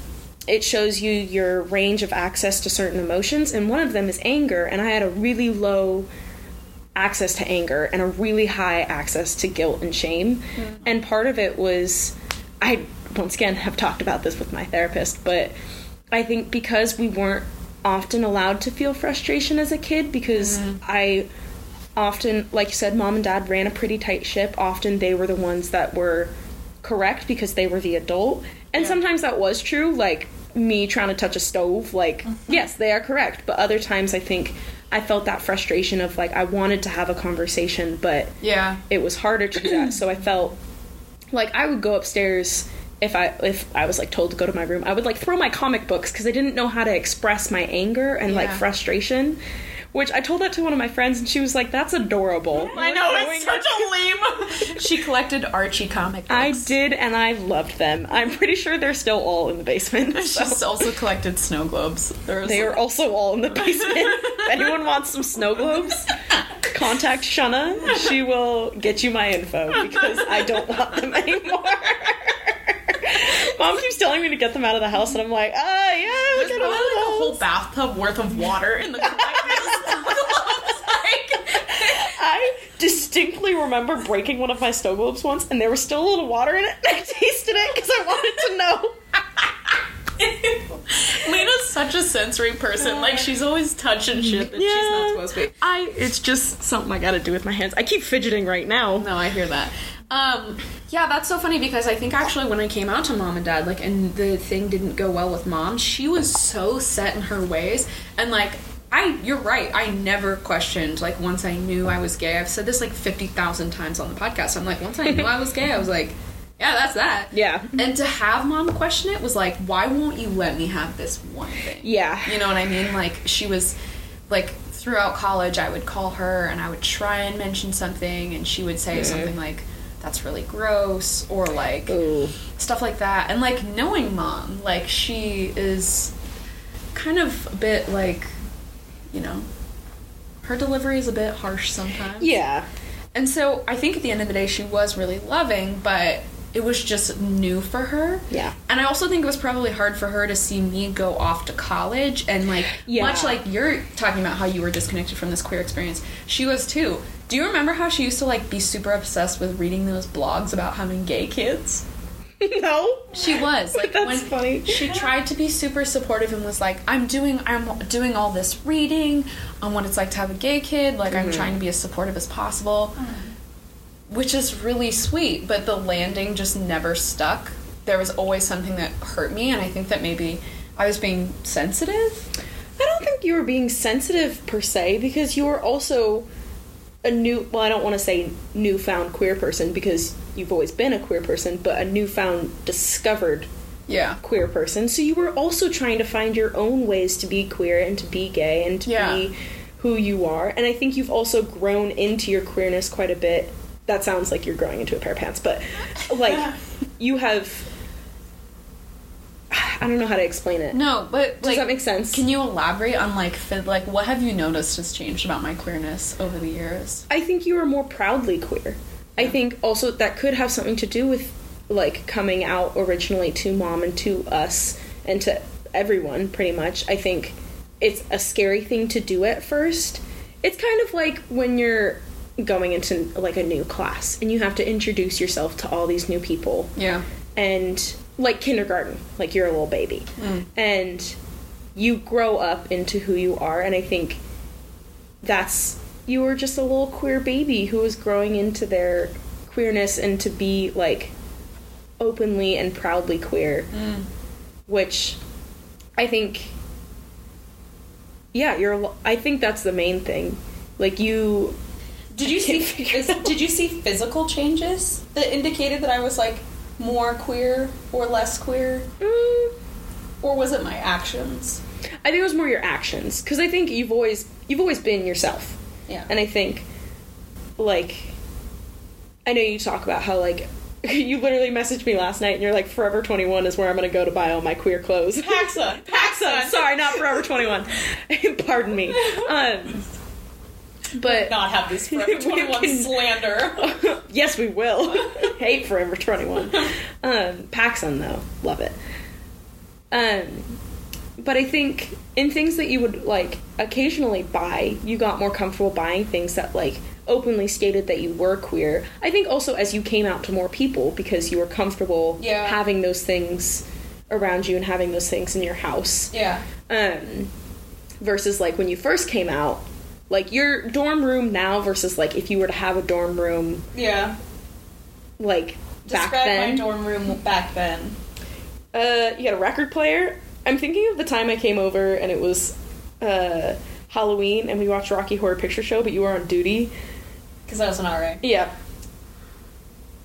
Speaker 5: it shows you your range of access to certain emotions, and one of them is anger, and I had a really low access to anger and a really high access to guilt and shame. And part of it was I once again have talked about this with my therapist, but I think because we weren't often allowed to feel frustration as a kid because I often like you said mom and dad ran a pretty tight ship. Often they were the ones that were correct because they were the adult. And sometimes that was true like me trying to touch a stove. Like,
Speaker 2: Mm-hmm.
Speaker 5: yes, they are correct. But other times, I think I felt that frustration of like I wanted to have a conversation, but
Speaker 2: Yeah.
Speaker 5: it was harder to do that. So I felt like I would go upstairs if I if I was like told to go to my room. I would like throw my comic books because I didn't know how to express my anger and like
Speaker 2: Yeah.
Speaker 5: frustration. Which I told that to one of my friends, and she was like, "That's adorable."
Speaker 2: I know it's such a lame. she collected Archie comic books.
Speaker 5: I did, and I loved them. I'm pretty sure they're still all in the basement.
Speaker 2: She's
Speaker 5: So.
Speaker 2: also collected snow globes. There was
Speaker 5: They are also all in the basement. if anyone wants some snow globes, contact Shana. She will get you my info because I don't want them anymore. Mom keeps telling me to get them out of the house, and I'm like, ah, yeah, we
Speaker 2: There's
Speaker 5: got
Speaker 2: probably like a
Speaker 5: them
Speaker 2: whole bathtub worth of water in the like,
Speaker 5: I distinctly remember breaking one of my snow globes once, and there was still a little water in it. And I tasted it because I wanted to know.
Speaker 2: Lena's such a sensory person. Like she's always touching shit that she's not
Speaker 5: Yeah.
Speaker 2: supposed to be.
Speaker 5: I it's just something I gotta do with my hands. I keep fidgeting right now.
Speaker 2: No, I hear that. Um, yeah, that's so funny because I think actually when I came out to mom and dad, like, and the thing didn't go well with mom, she was so set in her ways, and like. I, you're right. I never questioned. Like once I knew I was gay, I've said this like fifty thousand times on the podcast. I'm like, once I knew I was gay, I was like, yeah, that's that.
Speaker 5: Yeah.
Speaker 2: And to have mom question it was like, why won't you let me have this one thing?
Speaker 5: Yeah.
Speaker 2: You know what I mean? Like she was like throughout college I would call her and I would try and mention something and she would say something like that's really gross or like
Speaker 5: Ooh.
Speaker 2: stuff like that. And like knowing mom, like she is kind of a bit like you know her delivery is a bit harsh sometimes.
Speaker 5: Yeah.
Speaker 2: And so I think at the end of the day, she was really loving, but it was just new for her.
Speaker 5: Yeah.
Speaker 2: And I also think it was probably hard for her to see me go off to college and, like,
Speaker 5: Yeah.
Speaker 2: much like you're talking about how you were disconnected from this queer experience, she was too. Do you remember how she used to, like, be super obsessed with reading those blogs about having gay kids?
Speaker 5: no.
Speaker 2: She was like
Speaker 5: That's
Speaker 2: when
Speaker 5: funny.
Speaker 2: she tried to be super supportive and was like, "I'm doing I'm doing all this reading on what it's like to have a gay kid. Like
Speaker 5: Mm-hmm.
Speaker 2: I'm trying to be as supportive as possible," which is really sweet. But the landing just never stuck. There was always something that hurt me, and I think that maybe I was being sensitive.
Speaker 5: I don't think you were being sensitive per se because you were also a new well I don't want to say newfound queer person because you've always been a queer person but a newfound discovered
Speaker 2: Yeah.
Speaker 5: queer person so you were also trying to find your own ways to be queer and to be gay and to
Speaker 2: Yeah.
Speaker 5: be who you are and I think you've also grown into your queerness quite a bit that sounds like you're growing into a pair of pants but like you have I don't know how to explain it
Speaker 2: No, but
Speaker 5: does
Speaker 2: like,
Speaker 5: that make sense
Speaker 2: can you elaborate on like fi- like what have you noticed has changed about my queerness over the years?
Speaker 5: I think you are more proudly queer. I think also that could have something to do with like coming out originally to mom and to us and to everyone pretty much. I think it's a scary thing to do at first. It's kind of like when you're going into like a new class and you have to introduce yourself to all these new people
Speaker 2: Yeah.
Speaker 5: and like kindergarten, like you're a little baby,
Speaker 2: Mm.
Speaker 5: and you grow up into who you are. And I think that's you were just a little queer baby who was growing into their queerness and to be like openly and proudly queer,
Speaker 2: Mm.
Speaker 5: which I think, yeah, you're. a lo- I think that's the main thing. Like you
Speaker 3: Did you see? is- did you see physical changes that indicated that I was like more queer or less queer,
Speaker 5: mm,
Speaker 3: or was it my actions?
Speaker 5: I think it was more your actions because I think you've always you've always been yourself.
Speaker 3: Yeah.
Speaker 5: And I think, like, I know you talk about how like you literally messaged me last night and you're like, Forever 21 is where I'm gonna go to buy all my queer clothes.
Speaker 3: Paxa,
Speaker 5: Paxa, sorry, not Forever 21. Pardon me. Um, but
Speaker 3: not have this forever
Speaker 5: We
Speaker 3: twenty one
Speaker 5: can-
Speaker 3: slander.
Speaker 5: yes, we will. Hate Forever 21. Um, Paxson, though, love it. Um, but I think in things that you would like occasionally buy, you got more comfortable buying things that like openly stated that you were queer. I think also as you came out to more people because you were comfortable
Speaker 3: Yeah.
Speaker 5: having those things around you and having those things in your house
Speaker 3: Yeah.
Speaker 5: um, versus like when you first came out like your dorm room now versus like if you were to have a dorm room
Speaker 3: Yeah.
Speaker 5: like back
Speaker 3: Describe
Speaker 5: then
Speaker 3: my dorm room back then.
Speaker 5: uh, you had a record player I'm thinking of the time I came over and it was uh, Halloween and we watched Rocky Horror Picture Show, but you were on duty.
Speaker 2: Because I was an RA.
Speaker 5: Yeah.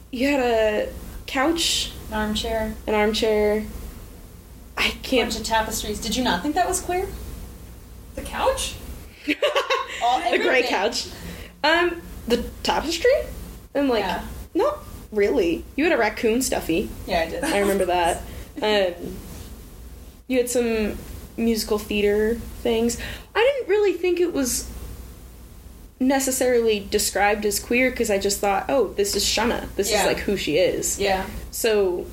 Speaker 5: You had a couch,
Speaker 2: An armchair,
Speaker 5: an armchair. I
Speaker 2: a
Speaker 5: can't.
Speaker 2: bunch of tapestries. Did you not think that was queer?
Speaker 3: The couch?
Speaker 2: All,
Speaker 5: the gray
Speaker 2: everything.
Speaker 5: couch. Um, the tapestry? I'm like,
Speaker 2: Yeah.
Speaker 5: not really. You had a raccoon stuffy.
Speaker 2: Yeah, I did.
Speaker 5: I remember that. Um, you had some musical theater things. I didn't really think it was necessarily described as queer because I just thought, oh, this is Shana. This
Speaker 2: Yeah.
Speaker 5: is like who she is.
Speaker 2: Yeah,
Speaker 5: So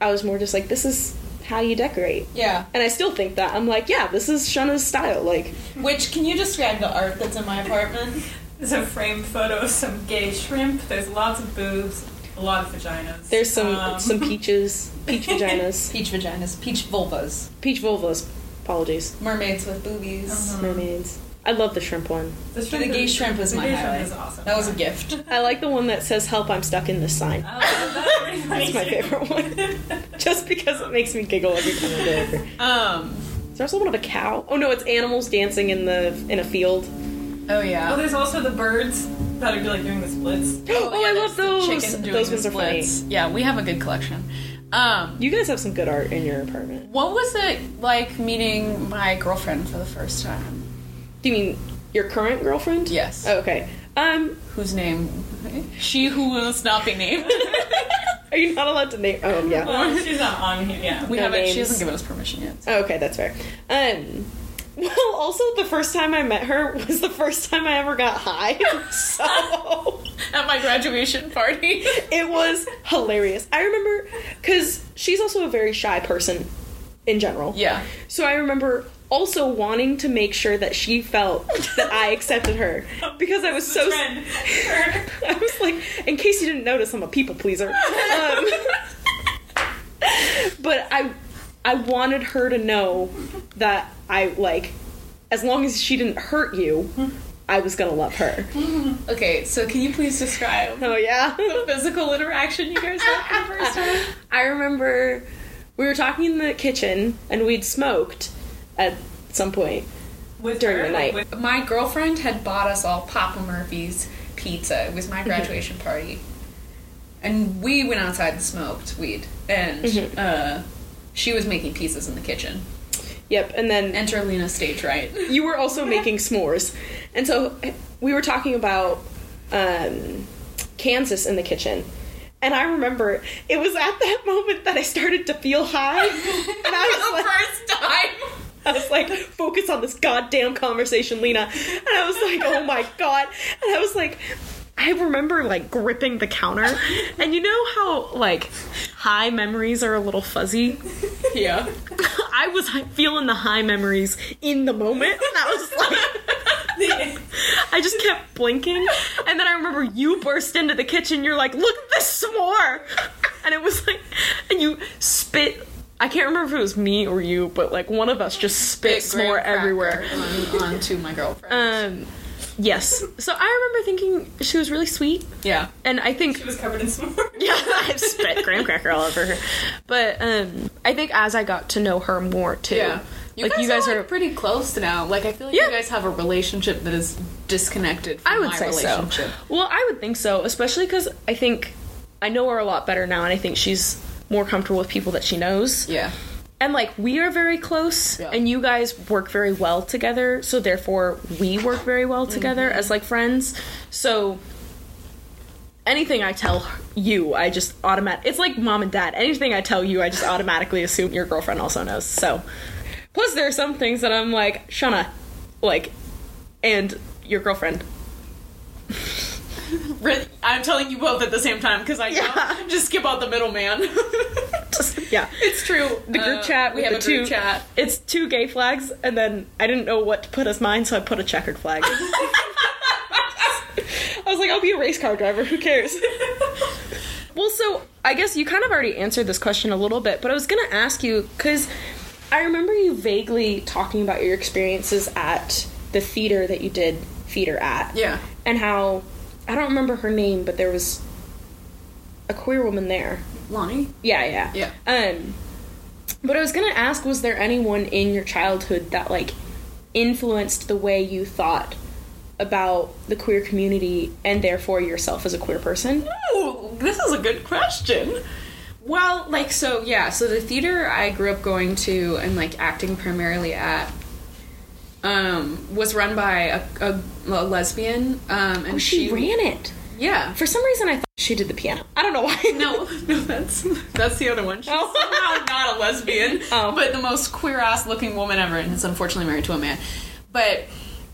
Speaker 5: I was more just like, this is how you decorate.
Speaker 2: yeah.
Speaker 5: And I still think that. I'm like, yeah, this is Shana's style. Like,
Speaker 2: Which can you describe the art that's in my apartment?
Speaker 3: There's a framed photo of some gay shrimp. There's lots of boobs, a lot of vaginas.
Speaker 5: there's some
Speaker 3: Um,
Speaker 5: some peaches, peach vaginas,
Speaker 2: Peach vaginas, peach vulvas,
Speaker 5: peach vulvas. Apologies,
Speaker 2: mermaids with boobies.
Speaker 3: Mhm.
Speaker 5: mermaids. I love the shrimp one.
Speaker 3: The,
Speaker 2: The gay shrimp is
Speaker 3: the
Speaker 2: my
Speaker 3: gay
Speaker 2: highlight.
Speaker 3: shrimp is awesome.
Speaker 2: That was a gift.
Speaker 5: I like the one that says "Help! I'm stuck in this sign."
Speaker 3: Oh, that's pretty funny
Speaker 5: That's my
Speaker 3: too.
Speaker 5: favorite one. Just because it makes me giggle every time I go over.
Speaker 2: Um.
Speaker 5: Is there also one of a cow? Oh no, it's animals dancing in the in a field.
Speaker 2: Oh
Speaker 3: Oh,
Speaker 2: yeah.
Speaker 3: there's also the birds that are like doing the splits.
Speaker 5: Oh, I
Speaker 2: yeah,
Speaker 5: love
Speaker 2: there's the
Speaker 5: those.
Speaker 2: chicken doing
Speaker 5: Those
Speaker 2: the
Speaker 5: ones are funny.
Speaker 2: splits. Yeah, we have a good collection. Um.
Speaker 5: You guys have some good art in your apartment.
Speaker 2: What was it like meeting my girlfriend for the first time?
Speaker 5: Do you mean your current girlfriend?
Speaker 2: Yes.
Speaker 5: Oh, okay. Um,
Speaker 2: Whose name? She who must not be named.
Speaker 5: are you not allowed to name? Oh yeah.
Speaker 3: Well, she's not on here. Yeah.
Speaker 2: we
Speaker 5: No
Speaker 2: haven't.
Speaker 5: names.
Speaker 2: She hasn't given us permission yet.
Speaker 5: Oh, okay, that's fair. Um, well, also the first time I met her was the first time I ever got high, so.
Speaker 2: At my graduation party.
Speaker 5: it was hilarious. I remember because she's also a very shy person in general.
Speaker 2: yeah.
Speaker 5: So I remember also wanting to make sure that she felt that I accepted her because I was so.
Speaker 3: Friend. Sure.
Speaker 5: I was like, in case you didn't notice, I'm a people pleaser. Um, but I, I wanted her to know that I like, as long as she didn't hurt you, I was gonna love her.
Speaker 2: Okay. So can you please describe
Speaker 5: Oh yeah.
Speaker 2: the physical interaction you guys had for the first time?
Speaker 5: I remember we were talking in the kitchen and we'd smoked at some point.
Speaker 3: With
Speaker 5: During
Speaker 3: her,
Speaker 5: the night.
Speaker 3: with-
Speaker 2: My girlfriend had bought us all Papa Murphy's pizza. It was
Speaker 5: Mhm.
Speaker 2: my graduation party. And we went outside and smoked weed. And
Speaker 5: Mhm.
Speaker 2: uh, she was making pizzas in the kitchen.
Speaker 5: Yep, and then
Speaker 2: Enter Lena stage right.
Speaker 5: you were also making s'mores. And so we were talking about um, Kansas in the kitchen. And I remember it was at that moment that I started to feel high. And I was like,
Speaker 2: First time.
Speaker 5: I was like, focus on this goddamn conversation, Lena. And I was like, oh my god. And I was like, I remember like gripping the counter. And you know how like high memories are a little fuzzy?
Speaker 2: Yeah.
Speaker 5: I was hi- feeling the high memories in the moment. And I was like, I just kept blinking. And then I remember you burst into the kitchen. You're like, look at this s'more. And it was like, and you spit. I can't remember if it was me or you, but like one of us just spit
Speaker 2: Big graham
Speaker 5: s'more everywhere.
Speaker 2: cracker On, on to my girlfriend.
Speaker 5: Um, yes. So I remember thinking she was really sweet.
Speaker 2: yeah.
Speaker 5: And I think
Speaker 3: She was covered in s'more.
Speaker 5: yeah, I spit graham cracker all over her. But um, I think as I got to know her more too,
Speaker 2: Yeah.
Speaker 5: like you guys are.
Speaker 2: pretty close now. Like I feel like
Speaker 5: you
Speaker 2: you
Speaker 5: Yeah.
Speaker 2: guys
Speaker 5: guys
Speaker 2: have a relationship that is disconnected from
Speaker 5: I would
Speaker 2: my
Speaker 5: say
Speaker 2: relationship.
Speaker 5: so. Well, I would think so, especially because I think I know her a lot better now, and I think she's more comfortable with people that she knows.
Speaker 2: Yeah.
Speaker 5: And like we are very close,
Speaker 2: Yeah.
Speaker 5: and you guys work very well together, so therefore we work very well together
Speaker 2: Mm-hmm.
Speaker 5: as like friends. So anything I tell you, I just automatic. It's like mom and dad. Anything I tell you, I just automatically assume your girlfriend also knows. So plus there are some things that I'm like Shauna, like, and your girlfriend.
Speaker 2: I'm telling you both at the same time because I
Speaker 5: Yeah.
Speaker 2: just skip out the middleman.
Speaker 5: Just, yeah,
Speaker 2: it's true.
Speaker 5: the group chat.
Speaker 2: Uh, We
Speaker 5: with
Speaker 2: have a
Speaker 5: the
Speaker 2: group
Speaker 5: two,
Speaker 2: chat.
Speaker 5: It's two gay flags, and then I didn't know what to put as mine, so I put a checkered flag. I was like, I'll be a race car driver. Who cares? well, so I guess you kind of already answered this question a little bit, but I was gonna ask you because I remember you vaguely talking about your experiences at the theater that you did theater at,
Speaker 2: Yeah.
Speaker 5: and how I don't remember her name, but there was a queer woman there.
Speaker 2: Lonnie.
Speaker 5: Yeah, yeah.
Speaker 2: Yeah.
Speaker 5: Um But I was gonna ask, was there anyone in your childhood that like influenced the way you thought about the queer community and therefore yourself as a queer person?
Speaker 7: Ooh, this is a good question.
Speaker 2: Well, like so, yeah. So the theater I grew up going to and like acting primarily at um, was run by a, a, a lesbian, um, and
Speaker 5: Oh, she, ran it.
Speaker 2: Yeah.
Speaker 5: For some reason, I thought she did the piano. I don't know why.
Speaker 2: No, no, that's that's the other one. She's
Speaker 5: Oh.
Speaker 2: somehow not a lesbian,
Speaker 5: Oh.
Speaker 2: but the most queer ass looking woman ever, and is unfortunately married to a man. But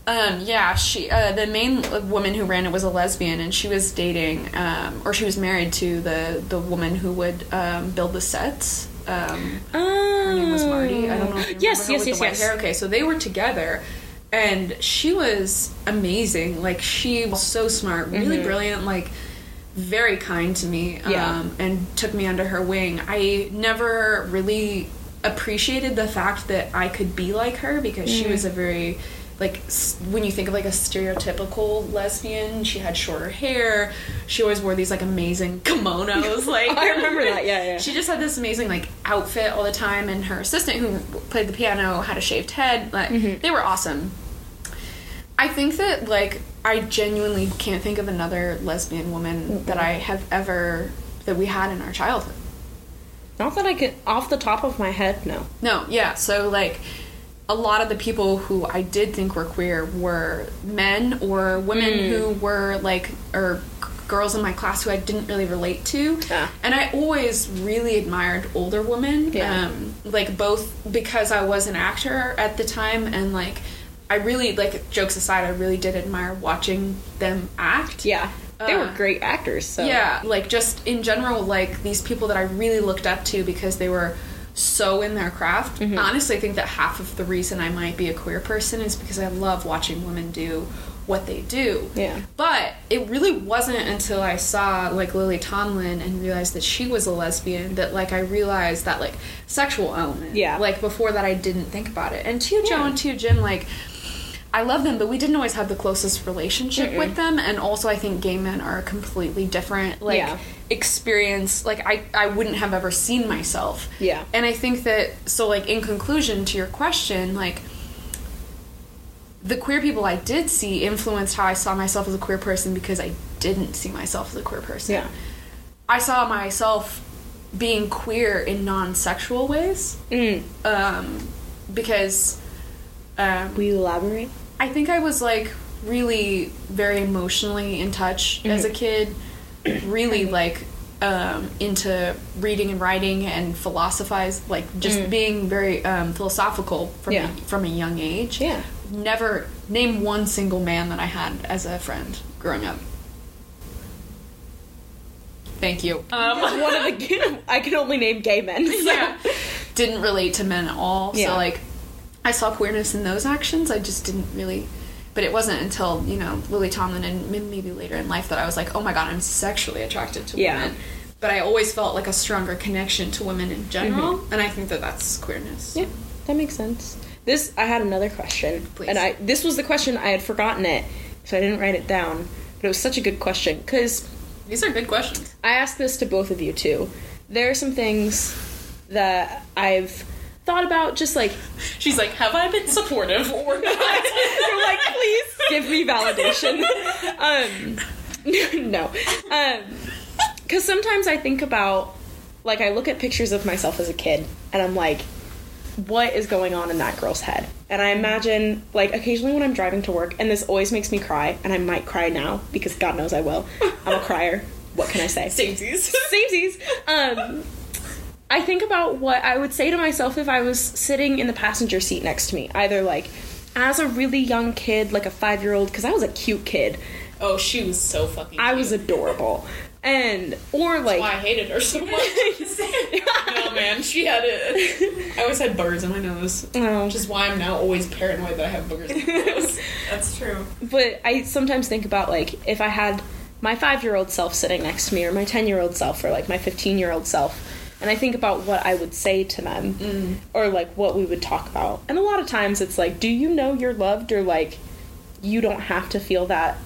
Speaker 2: um, yeah, she uh, the main woman who ran it was a lesbian, and she was dating um, or she was married to the the woman who would um, build the sets. Um,
Speaker 5: Oh.
Speaker 2: her name was Marty. I don't know. If you remember her
Speaker 5: Yes,
Speaker 2: with
Speaker 5: yes, yes,
Speaker 2: the white
Speaker 5: yes.
Speaker 2: hair. Okay, so they were together, and she was amazing. Like she was so smart, really brilliant. Like very kind to me.
Speaker 5: Mm-hmm. Yeah.
Speaker 2: Um, and took me under her wing. I never really appreciated the fact that I could be like her because
Speaker 5: Mm-hmm.
Speaker 2: she was a very like s- when you think of like a stereotypical lesbian she had shorter hair she always wore these like amazing kimonos like
Speaker 5: I remember that. Yeah, yeah.
Speaker 2: she just had this amazing like outfit all the time, and her assistant who played the piano had a shaved head. Like
Speaker 5: Mm-hmm.
Speaker 2: they were awesome. I think that like I genuinely can't think of another lesbian woman
Speaker 5: Mm-hmm.
Speaker 2: that I have ever that we had in our childhood.
Speaker 5: Not that I could, off the top of my head, no.
Speaker 2: No, yeah. So like a lot of the people who I did think were queer were men or women who were like or g- girls in my class who I didn't really relate to.
Speaker 5: Ah.
Speaker 2: And I always really admired older women.
Speaker 5: Yeah.
Speaker 2: Um like both because I was an actor at the time and like I really like jokes aside I really did admire watching them act.
Speaker 5: Yeah. They were
Speaker 2: Uh,
Speaker 5: great actors, so.
Speaker 2: Yeah, like just in general, like these people that I really looked up to because they were so in their craft.
Speaker 5: Mm-hmm.
Speaker 2: Honestly, I think that half of the reason I might be a queer person is because I love watching women do what they do.
Speaker 5: Yeah.
Speaker 2: But it really wasn't until I saw like Lily Tomlin and realized that she was a lesbian that like I realized that like sexual element.
Speaker 5: Yeah.
Speaker 2: Like before that I didn't think about it. And Tio Joe and Tio Jim like I love them, but we didn't always have the closest relationship with them. And also, I think gay men are a completely different like
Speaker 5: Yeah.
Speaker 2: experience. Like I, I wouldn't have ever seen myself.
Speaker 5: Yeah.
Speaker 2: And I think that so like in conclusion to your question, like the queer people I did see influenced how I saw myself as a queer person because I didn't see myself as a queer person.
Speaker 5: Yeah.
Speaker 2: I saw myself being queer in non-sexual ways.
Speaker 5: Mm.
Speaker 2: Um, because um,
Speaker 5: Will you elaborate?
Speaker 2: I think I was like really very emotionally in touch as
Speaker 5: Mm-hmm.
Speaker 2: a kid, really like um, into reading and writing and philosophize, like just being very um, philosophical from
Speaker 5: Mm. Yeah.
Speaker 2: from a young age.
Speaker 5: Yeah.
Speaker 2: Never name one single man that I had as a friend growing up. Thank you. Um,
Speaker 5: One of the, I can only name gay men. so-
Speaker 2: yeah. didn't relate to men at all.
Speaker 5: Yeah.
Speaker 2: So like I saw queerness in those actions. I just didn't really but it wasn't until, you know, Lily Tomlin and m- maybe later in life that I was like, "Oh my god, I'm sexually attracted to
Speaker 5: Yeah.
Speaker 2: women." But I always felt like a stronger connection to women in general, and I think that that's queerness.
Speaker 5: Mm-hmm. Yeah, that makes sense. This I had another question,
Speaker 2: Please.
Speaker 5: and I this was the question I had forgotten it, so I didn't write it down. But it was such a good question because
Speaker 2: These are good questions.
Speaker 5: I asked this to both of you too. There are some things that I've thought about, just like
Speaker 2: She's like, "Have I been supportive or
Speaker 5: They're like, please give me validation. Um, no, because sometimes I think about, like, I look at pictures of myself as a kid, and I'm like, what is going on in that girl's head? And I imagine, like, occasionally when I'm driving to work, and this always makes me cry, and I might cry now because God knows I will. I'm a crier. What can I say?
Speaker 2: Samesies.
Speaker 5: Samesies. Um, I think about what I would say to myself if I was sitting in the passenger seat next to me, either like as a really young kid, like a five year old, because I was a cute kid.
Speaker 2: Oh, she was so fucking.
Speaker 5: I was adorable. And, or like,
Speaker 2: I hated her so much. no man, she had it. I always had buggers in my nose.
Speaker 5: oh.
Speaker 2: which is why I'm now always paranoid that I have boogers. in my nose.
Speaker 3: That's true.
Speaker 5: but I sometimes think about like if I had my five year old self sitting next to me, or my 10 year old self, or like my 15 year old self, and I think about what I would say to them, or like what we would talk about. And a lot of times it's like, do you know you're loved, or like you don't have to feel that?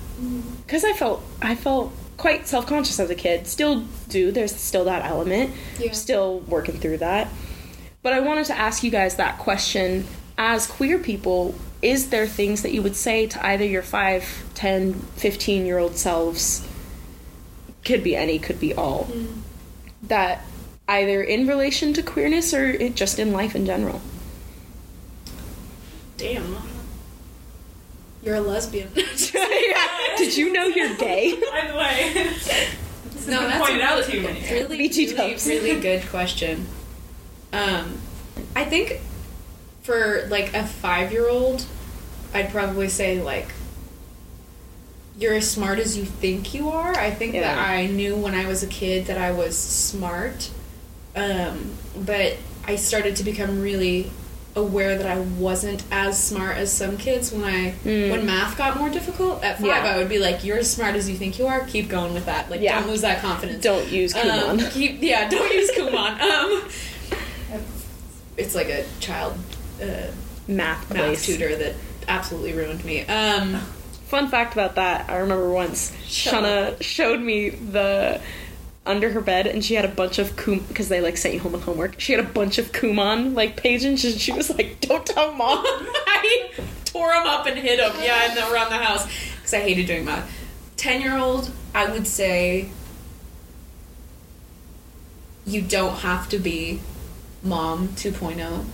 Speaker 5: Because I felt, I felt quite self conscious as a kid, still do, there's still that element, still working through that. But I wanted to ask you guys that question as queer people, is there things that you would say to either your 5, 10, 15 year old selves? Could be any, could be all.
Speaker 2: Mm.
Speaker 5: That either in relation to queerness or it just in life in general.
Speaker 2: Damn. You're a lesbian.
Speaker 5: yeah. Did you know you're gay?
Speaker 3: Either way, this no, that's pointed out too many.
Speaker 2: really,
Speaker 5: BT
Speaker 2: really,
Speaker 5: dubs.
Speaker 2: really good question. Um, I think for like a five-year-old, I'd probably say like, "You're as smart as you think you are." I think that
Speaker 5: Yeah.
Speaker 2: I knew when I was a kid that I was smart, um, but I started to become really aware that I wasn't as smart as some kids when I when math got more difficult. At five,
Speaker 5: Hmm. Yeah.
Speaker 2: I would be like, "You're as smart as you think you are. Keep going with that. Like,
Speaker 5: Yeah.
Speaker 2: don't lose that confidence.
Speaker 5: Don't use
Speaker 2: Um,
Speaker 5: Kumon.
Speaker 2: keep, yeah, don't use Kumon. Um, it's like a child uh, math
Speaker 5: math place.
Speaker 2: tutor that absolutely ruined me. Um,
Speaker 5: Fun fact about that, I remember once Shana showed me the under her bed and she had a bunch of kum because they like sent you home with homework. She had a bunch of kumon like pages and she was like, "Don't tell mom."
Speaker 2: I tore them up and hid them. Yeah, and then around the house because I hated doing math. Ten-year-old, I would say you don't have to be mom 2.0.
Speaker 5: Mm-hmm.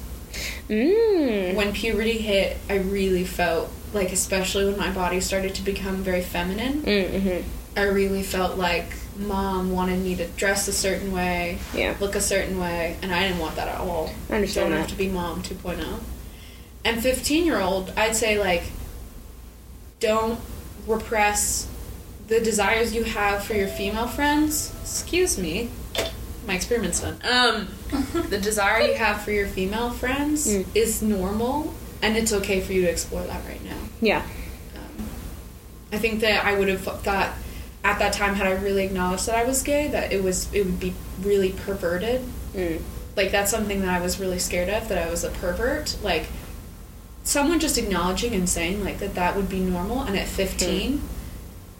Speaker 5: Mm.
Speaker 2: when puberty hit, I really felt like, especially when my body started to become very feminine,
Speaker 5: Mm-hmm.
Speaker 2: I really felt like mom wanted me to dress a certain way,
Speaker 5: Yeah.
Speaker 2: look a certain way, and I didn't want that at all.
Speaker 5: I understand
Speaker 2: Don't have
Speaker 5: that.
Speaker 2: to be mom 2.0. And 15 year old, I'd say, like, don't repress the desires you have for your female friends. Excuse me. My experiment's done. Um, the desire you have for your female friends
Speaker 5: Mm.
Speaker 2: is normal, and it's okay for you to explore that right now.
Speaker 5: Yeah.
Speaker 2: Um, I think that I would have thought at that time, had I really acknowledged that I was gay, that it was it would be really perverted.
Speaker 5: Mm.
Speaker 2: Like that's something that I was really scared of, that I was a pervert. Like someone just acknowledging and saying like that that would be normal, and at fifteen,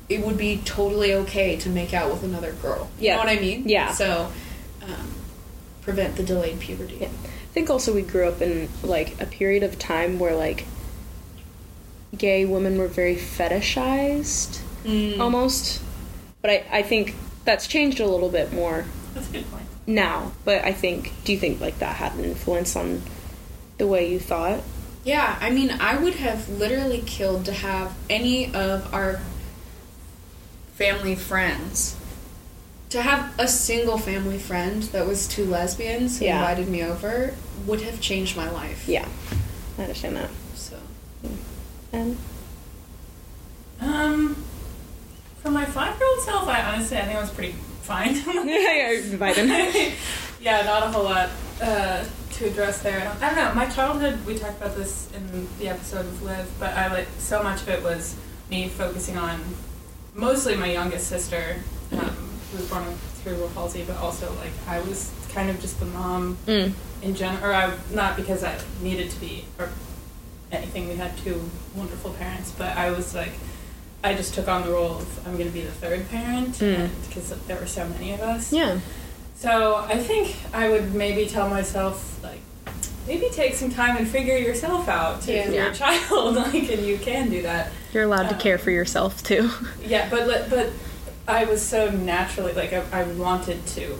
Speaker 2: it would be totally okay to make out with another girl. You
Speaker 5: Yeah.
Speaker 2: know what I mean?
Speaker 5: Yeah.
Speaker 2: So um, prevent the delayed puberty.
Speaker 5: Yeah. I think also we grew up in like a period of time where like gay women were very fetishized Mm.
Speaker 2: Mm.
Speaker 5: Oh, almost. But I, I think that's changed a little bit more
Speaker 3: That's a good point.
Speaker 5: now. But I think do you think like that had an influence on the way you thought?
Speaker 2: Yeah, I mean, I would have literally killed to have any of our
Speaker 8: Family, friends.
Speaker 2: to have a single family friend that was two lesbians who
Speaker 5: Yeah.
Speaker 2: invited me over would have changed my life.
Speaker 5: Yeah. I understand that.
Speaker 2: So
Speaker 5: And
Speaker 3: Um, for my five-year-old self, I honestly I think I was pretty fine.
Speaker 5: Biden.
Speaker 3: yeah, not a whole lot uh, to address there. I don't, I don't know. My childhood, we talked about this in the episode of Live, but I like so much of it was me focusing on mostly my youngest sister, um, who was born with cerebral palsy, but also like I was kind of just the mom
Speaker 5: Mm.
Speaker 3: in general, or I, not because I needed to be or anything. We had two wonderful parents, but I was like, I just took on the role of I'm going to be the third parent
Speaker 5: Mm.
Speaker 3: because there were so many of us.
Speaker 5: Yeah.
Speaker 3: So I think I would maybe tell myself like maybe take some time and figure yourself out if
Speaker 2: Yeah.
Speaker 3: you're a child like and you can do that.
Speaker 5: You're allowed to care for yourself too.
Speaker 3: Yeah, but let- but I was so naturally like I, I wanted to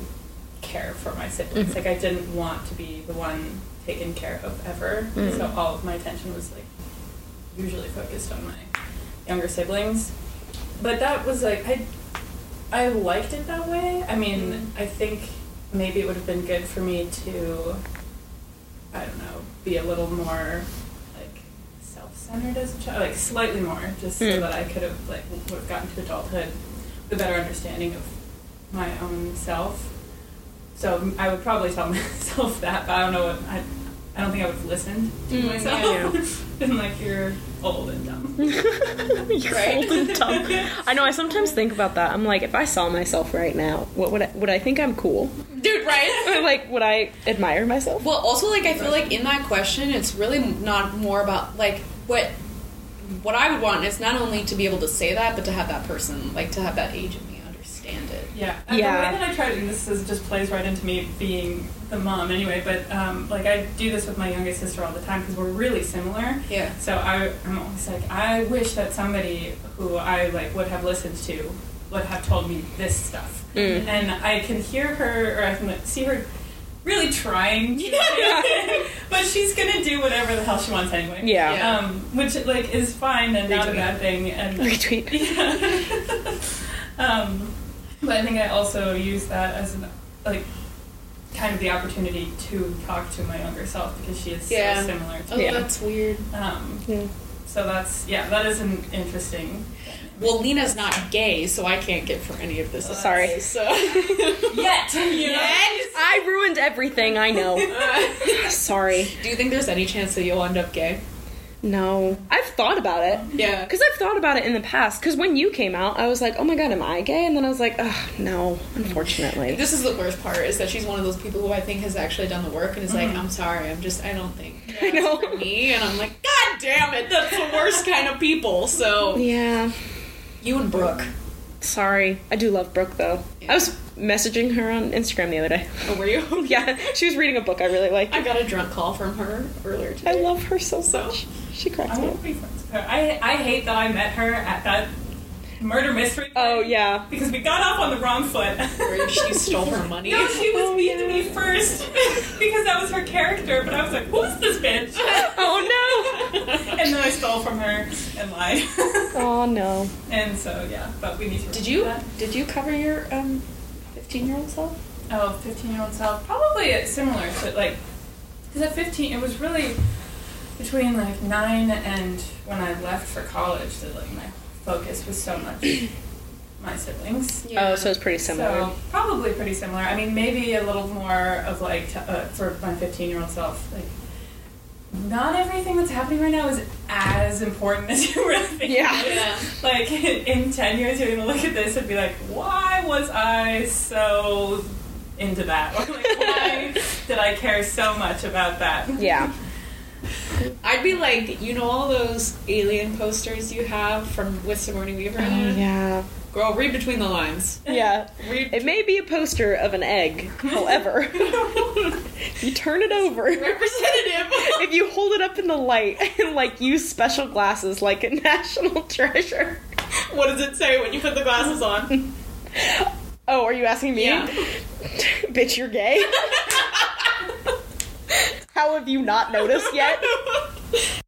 Speaker 3: care for my siblings. Like I didn't want to be the one taken care of ever. So all of my attention was like usually focused on my younger siblings. But that was like I I liked it that way. I mean, I think maybe it would have been good for me to I don't know, be a little more like self-centered as a child, like slightly more, just so
Speaker 5: Mm.
Speaker 3: that I could have like would have gotten to adulthood with a better understanding of my own self. So I would probably tell myself that, but I don't know what I. I don't think I would have listened to myself. Been like you're old and dumb.
Speaker 5: You're old and dumb. I know. I sometimes think about that. I'm like, if I saw myself right now, what would I, would I think I'm cool?
Speaker 2: Dude, right?
Speaker 5: Or, like, would I admire myself?
Speaker 2: well also like I feel like in that question it's really not more about like what what I would want is not only to be able to say that, but to have that person, like to have that age of me understand it.
Speaker 3: Yeah. And
Speaker 5: Yeah.
Speaker 3: The way that I try to, and this is just plays right into me being the mom anyway, but um, like I do this with my youngest sister all the time because we're really similar.
Speaker 2: Yeah.
Speaker 3: So I, I'm always like, I wish that somebody who I like would have listened to would have told me this stuff.
Speaker 5: Mm.
Speaker 3: And I can hear her, or I can like, see her really trying, to but she's gonna do whatever the hell she wants anyway.
Speaker 5: Yeah.
Speaker 3: Um, which like is fine and not a bad thing. And
Speaker 5: Retweet.
Speaker 3: yeah. um, but I think I also use that as an, like kind of the opportunity to talk to my younger self because she is
Speaker 2: Yeah.
Speaker 3: so similar to
Speaker 2: Oh,
Speaker 3: me.
Speaker 5: Yeah.
Speaker 2: that's weird.
Speaker 3: Um,
Speaker 5: Yeah.
Speaker 3: So that's yeah, that is an interesting.
Speaker 2: Well, Lena's not gay, so I can't get for any of this.
Speaker 5: Sorry.
Speaker 2: So
Speaker 3: Yet, you know?
Speaker 5: I ruined everything, I know. Sorry.
Speaker 2: do you think there's any chance that you'll end up gay?
Speaker 5: No. I've thought about it.
Speaker 2: Yeah.
Speaker 5: Because I've thought about it in the past. Because when you came out, I was like, oh my god, am I gay? And then I was like, oh, no, unfortunately.
Speaker 2: This is the worst part is that she's one of those people who I think has actually done the work and is like, I'm sorry, I'm just, I don't think
Speaker 5: I know.
Speaker 2: for me. And I'm like, God damn it, that's the worst kind of people. So
Speaker 5: Yeah.
Speaker 2: you and Brooke.
Speaker 5: Sorry. I do love Brooke, though. I was messaging her on Instagram the other day.
Speaker 2: Oh, were you?
Speaker 5: yeah, she was reading a book I really liked.
Speaker 2: I got a drunk call from her earlier
Speaker 5: I
Speaker 2: today.
Speaker 5: love her so much. She cracks
Speaker 3: I
Speaker 5: me up.
Speaker 3: want to be friends with her. I I hate that I met her at that murder mystery.
Speaker 5: Oh,
Speaker 3: thing
Speaker 5: yeah.
Speaker 3: Because we got off on the wrong foot.
Speaker 2: Where she stole her money.
Speaker 3: No, she
Speaker 5: Oh,
Speaker 3: was mean to me first because that was her character, but I was like, who's this bitch?
Speaker 5: Oh,
Speaker 3: and then I stole from her and lied.
Speaker 5: Oh, no.
Speaker 3: and so, yeah, but we need to.
Speaker 2: Did you
Speaker 3: remember
Speaker 2: did you cover your um fifteen year old self?
Speaker 3: that. Oh, 15 year old self. Probably it's similar to, like, because at 15, it was really between, like, 9 and when I left for college that, like, my focus was so much my siblings.
Speaker 5: Oh, so it's pretty similar.
Speaker 3: So probably pretty similar. I mean, maybe a little more of like t- uh, for my 15 year old self, like not everything that's happening right now is as important as you really think. it
Speaker 5: Yeah.
Speaker 3: is. Like in 10 years, you're gonna look at this and be like, why was I so into that? Or like, why did I care so much about that?
Speaker 5: Yeah.
Speaker 2: I'd be like, you know all those alien posters you have from with Sigourney Weaver in
Speaker 5: Oh,
Speaker 2: it?
Speaker 5: yeah.
Speaker 2: Girl, read between the lines.
Speaker 5: Yeah.
Speaker 2: Read
Speaker 5: It may be a poster of an egg, however, you turn it over.
Speaker 2: representative.
Speaker 5: If you hold it up in the light and like use special glasses like a national treasure.
Speaker 2: what does it say when you put the glasses on?
Speaker 5: Oh, are you asking me?
Speaker 2: Yeah.
Speaker 5: Bitch, you're gay. How have you not noticed yet?